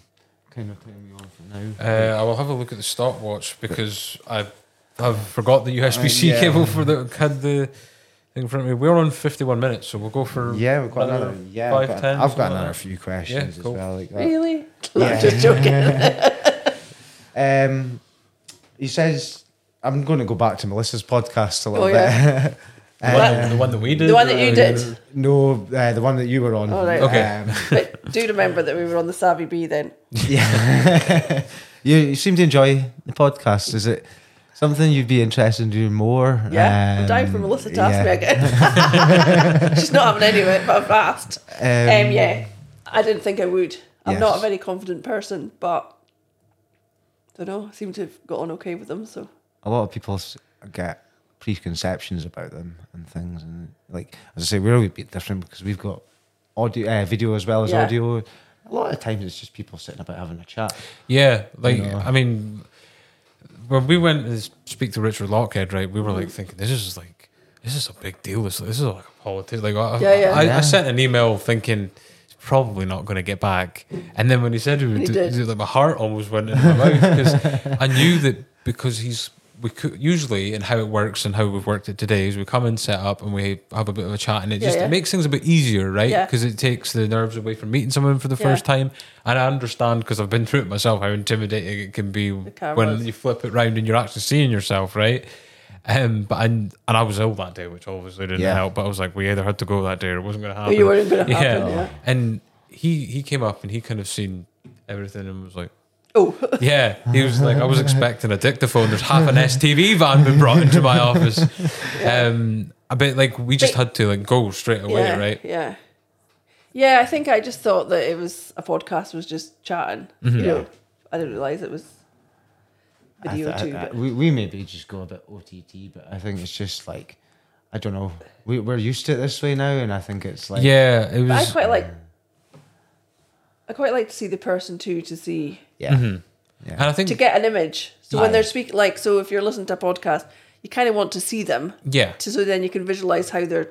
Speaker 1: kind of turn me on for now.
Speaker 3: Uh, I will have a look at the stopwatch because I have forgot the USB C
Speaker 1: Uh, yeah.
Speaker 3: cable for the had the thing in front of me. We're on 51 minutes, so we'll go for
Speaker 1: yeah, we've got
Speaker 3: another
Speaker 1: another. Yeah,
Speaker 3: five,
Speaker 1: I've got,
Speaker 3: ten,
Speaker 1: I've got
Speaker 3: something like
Speaker 1: another
Speaker 3: that.
Speaker 1: few questions
Speaker 3: cool.
Speaker 1: as well, like that.
Speaker 2: Really? No,
Speaker 1: Yeah.
Speaker 2: I'm just joking.
Speaker 1: Um, he says, "I'm going to go back to Melissa's podcast a little
Speaker 2: Oh,
Speaker 1: bit."
Speaker 3: The one- the one that we did.
Speaker 2: Uh, The one that
Speaker 3: or-
Speaker 2: you did.
Speaker 1: no, uh, the one that you were on.
Speaker 2: Oh, right.
Speaker 3: Okay.
Speaker 1: Um,
Speaker 2: But do remember that we were on the Savvy Bee then.
Speaker 1: Yeah. you, you seem to enjoy the podcast. Is it something you'd be interested in doing more?
Speaker 2: Yeah. I'm dying for
Speaker 1: Um,
Speaker 2: Melissa to ask
Speaker 1: yeah.
Speaker 2: me again. She's not having any of it, but I've asked. Um, yeah. I didn't think I would. I'm not a
Speaker 1: Yes.
Speaker 2: very confident person, but don't know. I seem to have got on okay with them. So
Speaker 1: A lot of people s- get preconceptions about them and things. And like, as I say, we're always a bit different because we've got audio, uh, video as well as
Speaker 2: Yeah.
Speaker 1: audio. A lot of times it's just people sitting about having a chat.
Speaker 3: Yeah, like
Speaker 1: know.
Speaker 3: I mean, when we went to speak to Richard Lockhead, right? We were like thinking, this is like this is a big deal. This this is like a politics. Like I,
Speaker 2: Yeah, yeah.
Speaker 3: I,
Speaker 1: Yeah.
Speaker 3: I sent an email thinking it's probably not going to get back, and then when he said he would,
Speaker 2: He
Speaker 3: do,
Speaker 2: did.
Speaker 3: do- like my heart almost went in my mouth because I knew that because he's we could usually and how it works and how we've worked it today is we come and set up and we have a bit of a chat and it
Speaker 2: Yeah,
Speaker 3: just
Speaker 2: yeah.
Speaker 3: It makes things a bit easier, right?
Speaker 2: Yeah.
Speaker 3: Because it takes the nerves away from meeting someone for the
Speaker 2: Yeah.
Speaker 3: first time. And I understand because I've been through it myself how intimidating it can be
Speaker 2: cameras.
Speaker 3: when you flip it round and you're actually seeing yourself, right? Um, but and and I was ill that day, which obviously didn't
Speaker 1: Yeah.
Speaker 3: help. But I was like, we either had to go that day or it wasn't going to happen.
Speaker 2: Oh, you weren't gonna happen, yeah.
Speaker 3: And he he came up and he kind of seen everything and was like.
Speaker 2: Oh,
Speaker 3: Yeah, he was like, I was expecting a dictaphone. There's half an STV van been brought into my office. Um, a bit like we just had to like go straight away,
Speaker 2: yeah,
Speaker 3: right?
Speaker 2: Yeah. Yeah, I think I just thought that it was a podcast was just chatting. You know, I didn't realize it was
Speaker 1: I
Speaker 2: video
Speaker 1: th-
Speaker 2: too.
Speaker 1: I- I-
Speaker 2: but
Speaker 1: we, we maybe just go a bit OTT, but I think it's just like, I don't know. We, we're used to it this way now, and I think it's like,
Speaker 3: yeah, it
Speaker 2: but I
Speaker 3: was.
Speaker 2: quite like. I quite like to see the person too to see
Speaker 1: yeah.
Speaker 2: Mm-hmm.
Speaker 3: and I think,
Speaker 2: to get an image. So when
Speaker 1: Aye.
Speaker 2: they're speaking, like, so if you're listening to a podcast, you kind of want to see them,
Speaker 3: yeah,
Speaker 2: to, so then you can visualize how they're.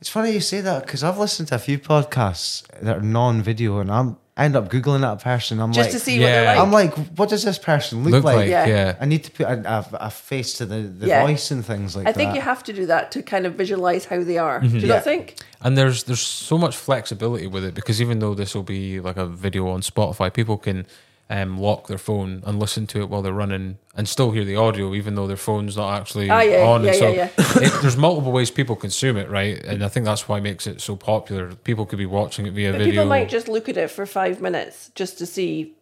Speaker 1: It's funny you say that because I've listened to a few podcasts that are non-video, and I'm I end up googling that person. I'm
Speaker 2: Just
Speaker 1: like,
Speaker 2: to see what they're
Speaker 3: yeah.
Speaker 2: like.
Speaker 1: I'm like, what does this person look,
Speaker 3: look
Speaker 1: like?
Speaker 3: like,
Speaker 2: Yeah.
Speaker 3: yeah.
Speaker 1: I need to put a, a, a face to the, the
Speaker 2: Yeah.
Speaker 1: voice and things like
Speaker 2: I
Speaker 1: that. Mm-hmm.
Speaker 2: think you have to do that to kind of visualize how they are. Do you
Speaker 1: Yeah.
Speaker 2: not think?
Speaker 3: And there's there's so much flexibility with it because even though this will be like a video on Spotify, people can um, lock their phone and listen to it while they're running and still hear the audio, even though their phone's not actually
Speaker 2: Ah, yeah,
Speaker 3: on.
Speaker 2: yeah,
Speaker 3: and so
Speaker 2: yeah,
Speaker 3: It, there's multiple ways people consume it, right? And I think that's why it makes it so popular. People could be watching it via
Speaker 2: But
Speaker 3: video.
Speaker 2: people might just look at it for five minutes just to see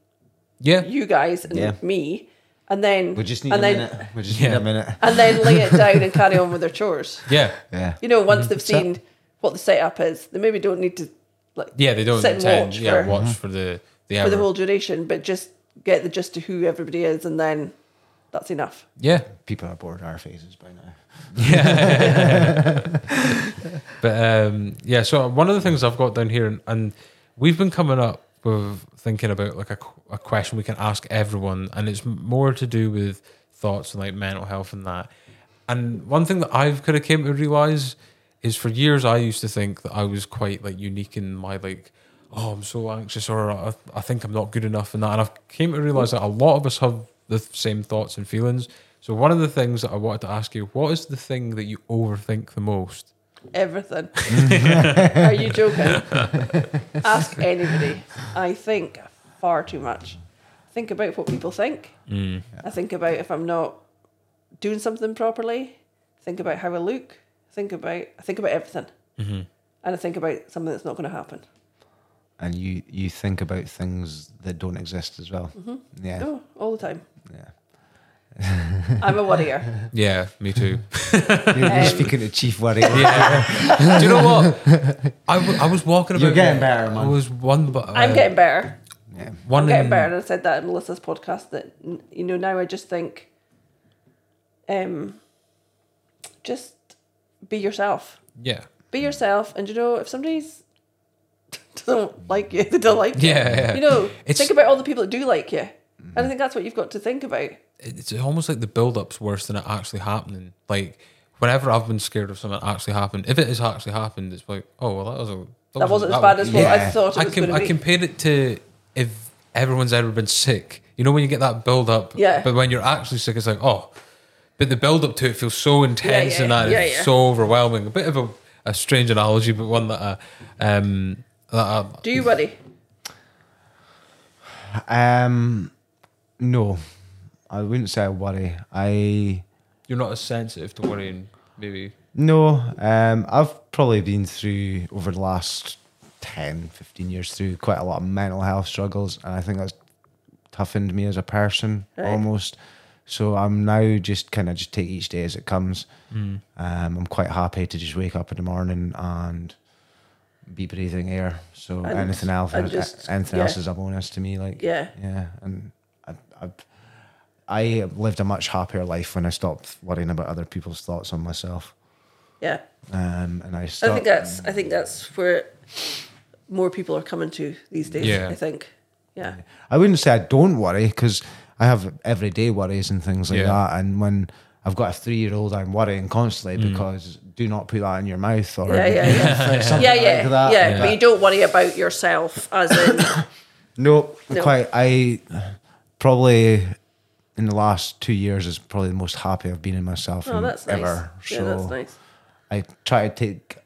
Speaker 3: yeah,
Speaker 2: you guys and
Speaker 1: Yeah.
Speaker 2: me, and then
Speaker 1: we just need a
Speaker 2: and then
Speaker 1: minute. We just need
Speaker 3: Yeah.
Speaker 1: a minute.
Speaker 2: and then lay it down and carry on with their chores.
Speaker 3: yeah,
Speaker 1: Yeah.
Speaker 2: You know, once they've
Speaker 1: it.
Speaker 2: seen what the setup is, they maybe don't need to like
Speaker 3: yeah. They don't
Speaker 2: Sit and
Speaker 3: intend.
Speaker 2: watch
Speaker 3: yeah,
Speaker 2: for-
Speaker 3: watch for the the hour.
Speaker 2: for the whole duration, but just get the gist of who everybody is, and then that's enough.
Speaker 3: yeah.
Speaker 1: People are bored of our faces by now.
Speaker 3: But um, yeah, so one of the things I've got down here, and, and we've been coming up with thinking about like a, qu- a question we can ask everyone, and it's more to do with thoughts and like mental health and that. And one thing that I've kind of came to realize is for years I used to think that I was quite like unique in my like, oh, I'm so anxious or I, I think I'm not good enough and that. And I've came to realize that a lot of us have the same thoughts and feelings. So one of the things that I wanted to ask you, what is the thing that you overthink the most?
Speaker 2: Everything. Are you joking? Ask anybody. I think far too much. I think about what people think.
Speaker 3: Mm.
Speaker 2: I think about if I'm not doing something properly. I think about how I look. I think about I think about everything,
Speaker 3: Mm-hmm.
Speaker 2: and I think about something that's not going to happen.
Speaker 1: And you you think about things that don't exist as well. Yeah.
Speaker 2: Oh, all the time.
Speaker 1: Yeah.
Speaker 2: I'm a worrier.
Speaker 3: Yeah, me too.
Speaker 1: You're, you're
Speaker 2: Um,
Speaker 1: speaking to Chief Worry.
Speaker 3: Yeah. Do you know what? I, w- I was walking about.
Speaker 1: You're getting better,
Speaker 3: I
Speaker 1: man.
Speaker 3: was one, but uh,
Speaker 2: I'm getting better.
Speaker 1: yeah.
Speaker 3: one
Speaker 2: I'm getting
Speaker 3: in-
Speaker 2: better. And I said that in Melissa's podcast that n- you know now I just think, um, just be yourself.
Speaker 3: Yeah,
Speaker 2: Be yourself, and you know if somebody's doesn't like you, they don't like you.
Speaker 3: Yeah, yeah.
Speaker 2: You know,
Speaker 3: It's-
Speaker 2: think about all the people that do like you, and I think that's what you've got to think about.
Speaker 3: It- it's almost like the build-up's worse than it actually happening. Like whenever I've been scared of something actually happened, if it has actually happened, it's like, oh well, that was a that,
Speaker 2: That
Speaker 3: was-
Speaker 2: wasn't as
Speaker 3: that
Speaker 2: bad
Speaker 3: was-
Speaker 2: as what I
Speaker 1: yeah.
Speaker 2: thought
Speaker 3: I
Speaker 2: it was
Speaker 3: can
Speaker 2: going to
Speaker 3: I
Speaker 2: be.
Speaker 3: compared it to if everyone's ever been sick. You know when you get that build up,
Speaker 2: Yeah.
Speaker 3: But when you're actually sick, it's like oh, but the build up to it feels so intense
Speaker 2: yeah,
Speaker 3: and that
Speaker 2: yeah,
Speaker 3: it's
Speaker 2: yeah.
Speaker 3: so overwhelming. A bit of a, a strange analogy, but one that I, um that I,
Speaker 2: do you worry?
Speaker 1: Um, no, I wouldn't say I worry. I
Speaker 3: you're not as sensitive to worrying. Maybe
Speaker 1: no. Um, I've probably been through over the last 10, 15 years through quite a lot of mental health struggles, and I think that's toughened me as a person
Speaker 2: Right.
Speaker 1: almost. So I'm now just kind of just take each day as it comes. Um, I'm quite happy to just wake up in the morning and be breathing air. So
Speaker 2: And-
Speaker 1: anything else,
Speaker 2: and just-
Speaker 1: anything
Speaker 2: yeah.
Speaker 1: else is a bonus to me. Like
Speaker 2: Yeah.
Speaker 1: yeah, and I, I, I lived a much happier life when I stopped worrying about other people's thoughts on myself.
Speaker 2: Yeah,
Speaker 1: Um, and I
Speaker 2: I
Speaker 1: stopped.
Speaker 2: think that's I think that's where more people are coming to these days.
Speaker 3: Yeah.
Speaker 2: I think. Yeah.
Speaker 1: I wouldn't say I don't worry because I have everyday worries and things like
Speaker 3: Yeah.
Speaker 1: that. And when I've got a three-year-old, I'm worrying constantly because do not put that in your mouth or
Speaker 2: Yeah, yeah, yeah.
Speaker 1: something
Speaker 2: yeah,
Speaker 1: like
Speaker 2: yeah,
Speaker 1: that.
Speaker 2: yeah, But you don't worry about yourself, as in,
Speaker 1: No,
Speaker 2: No.
Speaker 1: quite. I probably in the last two years is probably the most happy I've been in myself
Speaker 2: Oh,
Speaker 1: in-
Speaker 2: that's nice.
Speaker 1: ever.
Speaker 2: Yeah,
Speaker 1: so
Speaker 2: that's nice.
Speaker 1: I try to take.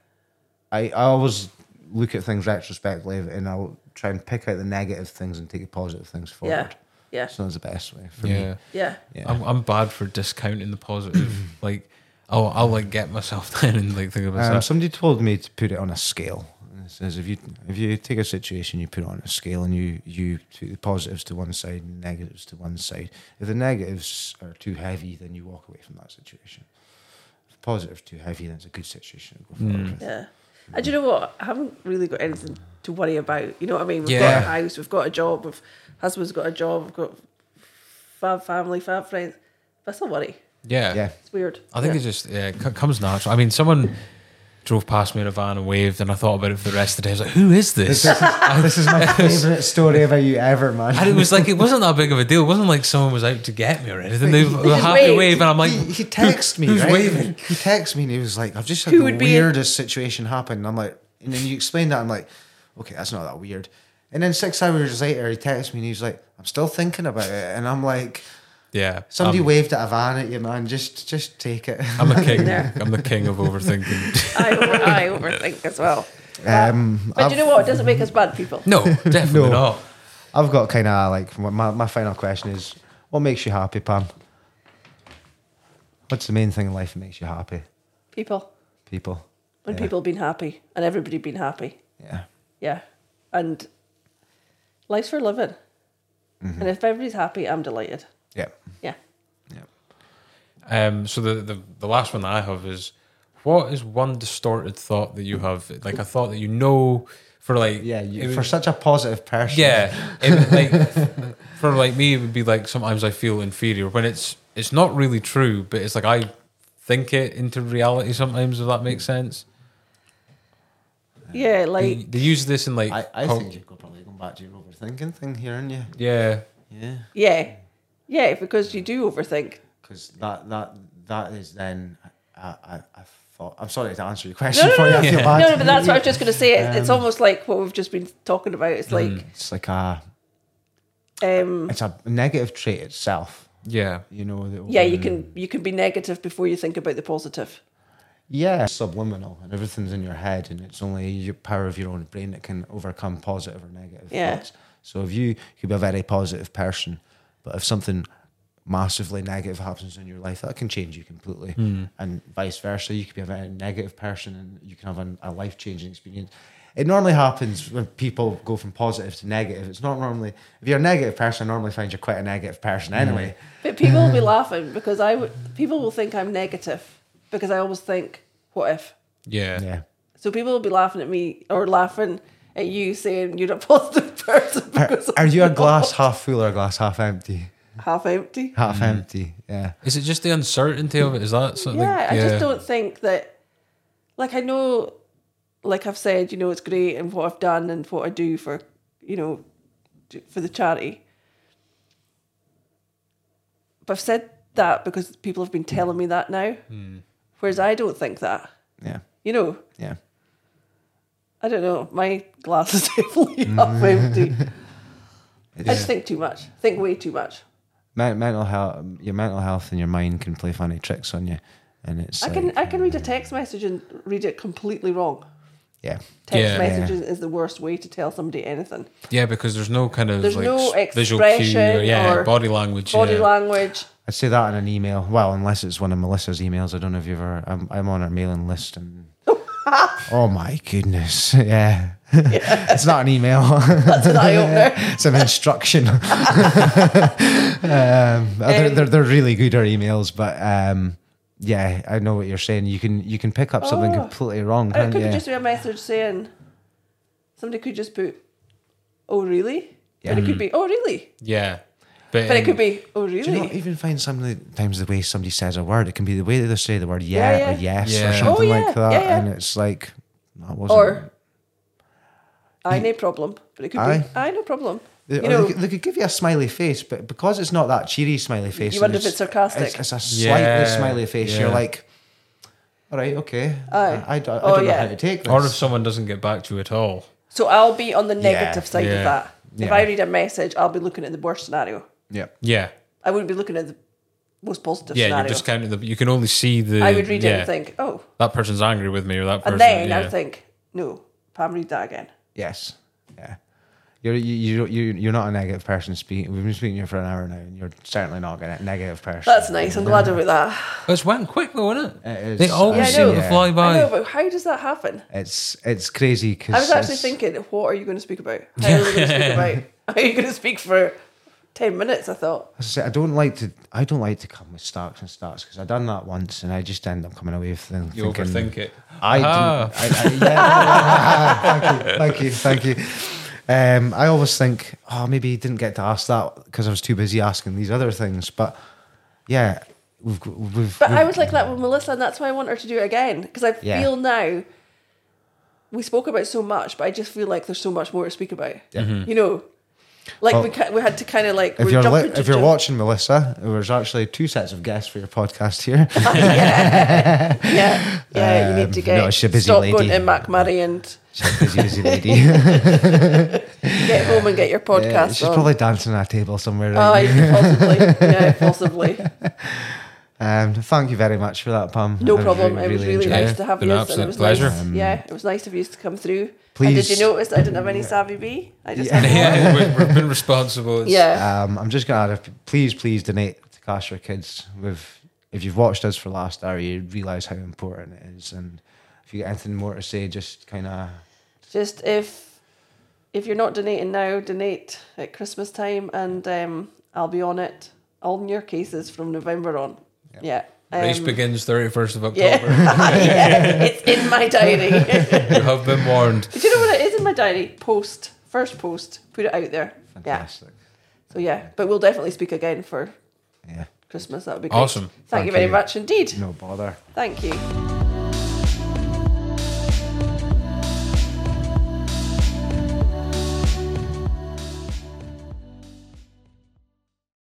Speaker 1: I, I always look at things retrospectively, and I'll try and pick out the negative things and take the positive things forward.
Speaker 2: Yeah, yeah,
Speaker 1: So that's the best way for me.
Speaker 3: Yeah.
Speaker 2: yeah.
Speaker 1: Yeah.
Speaker 3: I'm, I'm bad for discounting the positive. like, I'll, I'll like get myself down and like think of
Speaker 1: Um,
Speaker 3: myself.
Speaker 1: somebody told me to put it on a scale. It says if you if you take a situation, you put it on a scale, and you you take the positives to one side, and negatives to one side. If the negatives are too heavy, then you walk away from that situation. If the positives too heavy, then it's a good situation to go forward
Speaker 3: Mm.
Speaker 1: with.
Speaker 2: Yeah. And do you know what? I haven't really got anything to worry about. You know what I mean? We've
Speaker 3: Yeah.
Speaker 2: got a house, we've got a job, we've husband's got a job, we've got fab family, fab friends. That's not worry.
Speaker 3: yeah.
Speaker 1: Yeah,
Speaker 2: It's weird.
Speaker 3: I think
Speaker 2: yeah.
Speaker 3: it just yeah, it c- comes natural. I mean, someone drove past me in a van and waved, and I thought about it for the rest of the day. I was like, who is this?
Speaker 1: this is my favorite story about you ever, man.
Speaker 3: And it was like, it wasn't that big of a deal. It wasn't like someone was out to get me or anything. They were
Speaker 2: just
Speaker 3: happy to
Speaker 2: waved.
Speaker 3: wave, and I'm like,
Speaker 1: he, he texted me.
Speaker 3: who's
Speaker 1: right?
Speaker 3: waving?
Speaker 1: He texted me and he was like, "I've just had
Speaker 2: Who
Speaker 1: the
Speaker 2: would be-
Speaker 1: weirdest situation happen." And I'm like, and then you explained that. I'm like, okay, that's not that weird. And then six hours later, he texted me and he was like, "I'm still thinking about it." And I'm like,
Speaker 3: yeah.
Speaker 2: Um,
Speaker 1: "Somebody
Speaker 3: I'm,
Speaker 1: waved at a van at you, man. Just, just take it."
Speaker 3: I'm a king.
Speaker 2: there.
Speaker 3: I'm the king of overthinking.
Speaker 2: I, over- I overthink as well.
Speaker 1: Um,
Speaker 2: But
Speaker 1: I've,
Speaker 2: do you know what? It doesn't make us bad people.
Speaker 3: No,
Speaker 1: No.
Speaker 3: definitely not.
Speaker 1: I've got kind of like my my final question is, what makes you happy, Pam? What's the main thing in life that makes you happy?
Speaker 2: People.
Speaker 1: People.
Speaker 2: When
Speaker 1: Yeah.
Speaker 2: people have been happy and everybody been happy.
Speaker 1: Yeah.
Speaker 2: Yeah. And life's for living. And if everybody's happy, I'm delighted.
Speaker 1: Yeah.
Speaker 2: Yeah.
Speaker 3: Um, so the, the the last one that I have is, what is one distorted thought that you have? Like a thought that you know for like
Speaker 1: Yeah. You,
Speaker 3: it
Speaker 1: for
Speaker 3: was-
Speaker 1: such a positive person.
Speaker 3: yeah. It, like for like me, it would be like sometimes I feel inferior when it's it's not really true, but it's like I think it into reality sometimes. If that makes sense,
Speaker 2: Yeah,
Speaker 3: they,
Speaker 2: like
Speaker 3: they use this in like
Speaker 1: I, I
Speaker 3: cult-
Speaker 1: think you've got probably gone back to your overthinking thing here, and you?
Speaker 3: yeah.
Speaker 1: Yeah,
Speaker 2: yeah. Yeah, because you do overthink.
Speaker 1: because that that that is then I, I I thought I'm sorry to answer your
Speaker 2: No,
Speaker 1: question
Speaker 2: no,
Speaker 1: for
Speaker 2: no,
Speaker 1: you.
Speaker 2: no.
Speaker 1: I feel
Speaker 2: no,
Speaker 1: bad.
Speaker 2: no, but that's what I was just going to say. It's, it's
Speaker 1: Um,
Speaker 2: almost like what we've just been talking about. It's like,
Speaker 1: It's like a Hmm.
Speaker 2: um,
Speaker 1: it's a negative trait itself.
Speaker 3: Yeah,
Speaker 1: You know. The
Speaker 2: yeah, you
Speaker 1: over-
Speaker 2: can you can be negative before you think about the positive.
Speaker 1: Yeah, it's subliminal, and everything's in your head, and it's only your power of your own brain that can overcome positive or negative
Speaker 2: Yeah.
Speaker 1: thoughts. So if you could be a very positive person, but if something massively negative happens in your life, that can change you completely, and vice versa. You could be a very negative person, and you can have an, a life changing experience. It normally happens when people go from positive to negative. It's not normally if you're a negative person, I normally find you're quite a negative person anyway.
Speaker 2: But people will be laughing because I w- people will think I'm negative because I always think, what if?
Speaker 3: yeah,
Speaker 1: Yeah.
Speaker 2: So people will be laughing at me or laughing at you saying you're a positive person
Speaker 1: Are,
Speaker 2: because
Speaker 1: are
Speaker 2: I'm
Speaker 1: you a
Speaker 2: not.
Speaker 1: glass half full or a glass half empty?
Speaker 2: half empty?
Speaker 1: Half empty. Yeah.
Speaker 3: Is it just the uncertainty of it? Is that something?
Speaker 2: yeah, I just don't think that. Like I know, like I've said, you know, it's great and what I've done and what I do for, you know, d- for the charity. But I've said that because people have been telling me that now, whereas I don't think that.
Speaker 1: Yeah.
Speaker 2: You know,
Speaker 1: Yeah.
Speaker 2: I don't know. My glass is definitely half empty. I just think too much. Think way too much.
Speaker 1: Men- mental health, your mental health and your mind can play funny tricks on you, and it's uh,
Speaker 2: I
Speaker 1: like,
Speaker 2: can I can read a text message and read it completely wrong.
Speaker 1: yeah,
Speaker 2: Text
Speaker 3: Yeah.
Speaker 2: messages is the worst way to tell somebody anything.
Speaker 3: Yeah, because there's no kind of
Speaker 2: There's
Speaker 3: like
Speaker 2: no
Speaker 3: s- visual cue or,
Speaker 2: expression
Speaker 3: yeah,
Speaker 2: or
Speaker 3: body language.
Speaker 2: Body
Speaker 3: yeah.
Speaker 2: language.
Speaker 1: I'd say that in an email. Well, unless it's one of Melissa's emails, I don't know if you've ever. I'm, I'm on her mailing list, and oh my goodness, yeah, it's not an email,
Speaker 2: That's an eye opener.
Speaker 1: it's an instruction. um,
Speaker 2: Um,
Speaker 1: they're, they're they're really good our emails, but um, yeah, I know what you're saying. You can you can pick up something
Speaker 2: Oh.
Speaker 1: completely wrong,
Speaker 2: It
Speaker 1: can't
Speaker 2: could
Speaker 1: you?
Speaker 2: be just be a message saying somebody could just put, "Oh really?" But it could be, "Oh really?"
Speaker 3: Yeah,
Speaker 2: But it could
Speaker 3: in-
Speaker 2: be, "Oh
Speaker 1: Do you not
Speaker 2: really?"
Speaker 1: even find sometimes the way somebody says a word? It can be the way that they say the word yeah,
Speaker 2: Yeah, yeah.
Speaker 1: or yes or
Speaker 3: Yeah. Oh,
Speaker 1: something
Speaker 2: yeah,
Speaker 1: like that.
Speaker 2: yeah, yeah.
Speaker 1: And it's like, that wasn't.
Speaker 2: Or "I no problem," but it could
Speaker 1: Aye.
Speaker 2: be, "I no problem."
Speaker 1: They-
Speaker 2: You
Speaker 1: or
Speaker 2: know,
Speaker 1: they, could, they could give you a smiley face, but because it's not that cheery smiley face, and
Speaker 2: wonder if it's sarcastic.
Speaker 1: It's, it's a slightly
Speaker 3: Yeah,
Speaker 1: smiley face. You're
Speaker 3: yeah.
Speaker 1: like, all right, okay.
Speaker 2: Aye.
Speaker 1: I, I don't- I
Speaker 2: Oh,
Speaker 1: don't know
Speaker 2: yeah.
Speaker 1: how to take this.
Speaker 3: or if someone doesn't get back to you at all.
Speaker 2: so I'll be on the negative side
Speaker 3: yeah,
Speaker 2: of that. If
Speaker 1: yeah.
Speaker 2: I read a message, I'll be looking at the worst scenario.
Speaker 1: yeah.
Speaker 3: Yeah,
Speaker 2: I wouldn't be looking at the most positive
Speaker 3: yeah,
Speaker 2: scenario.
Speaker 3: you're discounting the. You can only see the.
Speaker 2: I would read
Speaker 3: yeah,
Speaker 2: it and think, oh,
Speaker 3: that person's angry with me, or that person.
Speaker 2: and then
Speaker 3: yeah.
Speaker 2: I would think, no, Pam, read that again.
Speaker 1: Yes. Yeah. You're you you you're not a negative person. Speaking, we've been speaking here for an hour now, and you're certainly not a negative person.
Speaker 2: That's nice. I'm glad about that.
Speaker 3: It's went quick though, isn't it?
Speaker 1: It is.
Speaker 3: They always
Speaker 2: Yeah, I
Speaker 3: seem
Speaker 2: know.
Speaker 3: to fly by.
Speaker 2: I know, but how does that happen?
Speaker 1: It's it's crazy because
Speaker 2: I was actually thinking, what are you going to speak about? How are we going to speak about? How are you going to speak for ten minutes? I thought.
Speaker 1: As I said, I don't like to. I don't like to come with stocks and stocks because I done that once, and I just end up coming away with them.
Speaker 3: You
Speaker 1: thinking,
Speaker 3: overthink it.
Speaker 1: I, didn't-
Speaker 3: Ah.
Speaker 1: I, I yeah, thank you, thank you, thank you. Um, I always think, oh, maybe he didn't get to ask that because I was too busy asking these other things. But yeah, we've g- we've.
Speaker 2: But I
Speaker 1: we've-
Speaker 2: was like that with Melissa, and that's why I want her to do it again because I
Speaker 1: Yeah.
Speaker 2: feel now. We spoke about so much, but I just feel like there's so much more to speak about. You know, like we ca- we had to kind of like
Speaker 1: Mm-hmm. If
Speaker 2: we're
Speaker 1: you're li-
Speaker 2: jumping to
Speaker 1: if you're
Speaker 2: jump-
Speaker 1: watching Melissa, there's actually two sets of guests for your podcast here.
Speaker 2: yeah, yeah, you need to
Speaker 1: Um,
Speaker 2: get
Speaker 1: no, she's a busy
Speaker 2: stop going
Speaker 1: lady.
Speaker 2: to MacMurray and
Speaker 1: She's a busy, busy lady.
Speaker 2: get home and get your podcast
Speaker 1: Yeah, she's
Speaker 2: on.
Speaker 1: probably dancing at a table somewhere. Right?
Speaker 2: oh, yeah, possibly, yeah, possibly.
Speaker 1: Um, thank you very much for that, Pam.
Speaker 2: No
Speaker 1: I've
Speaker 2: problem. it was
Speaker 1: enjoyed
Speaker 2: really
Speaker 3: enjoyed
Speaker 2: nice
Speaker 3: it.
Speaker 2: to have
Speaker 3: Been
Speaker 2: you.
Speaker 3: an
Speaker 2: and
Speaker 3: absolute
Speaker 2: it was
Speaker 3: pleasure.
Speaker 2: Nice. Yeah, it was nice of you to come through. and did
Speaker 1: Please-
Speaker 2: you notice I didn't have any savvy bee? I just had one.
Speaker 3: yeah, we- we've been responsible. It's-
Speaker 2: Yeah.
Speaker 1: Um, I'm just gonna add, if, please, please donate to Cash for Kids. With if you've watched us for the last hour, you realise how important it is. And if you get anything more to say, just kind of
Speaker 2: Just if if you're not donating now, donate at Christmas time, and um, I'll be on it. All in your cases from November on. Yeah.
Speaker 3: Race
Speaker 2: Um,
Speaker 3: begins 31st of
Speaker 2: yeah.
Speaker 3: October.
Speaker 2: yeah, it's in my diary.
Speaker 3: You have been warned.
Speaker 2: Do you know what it is in my diary? Post first post. Put it out there. Yeah.
Speaker 1: fantastic.
Speaker 2: So yeah, but we'll definitely speak again for
Speaker 1: Yeah,
Speaker 2: Christmas. That would be great.
Speaker 3: Awesome.
Speaker 2: Thank,
Speaker 1: Thank
Speaker 2: you very
Speaker 1: you.
Speaker 2: much indeed.
Speaker 1: no bother.
Speaker 2: Thank you.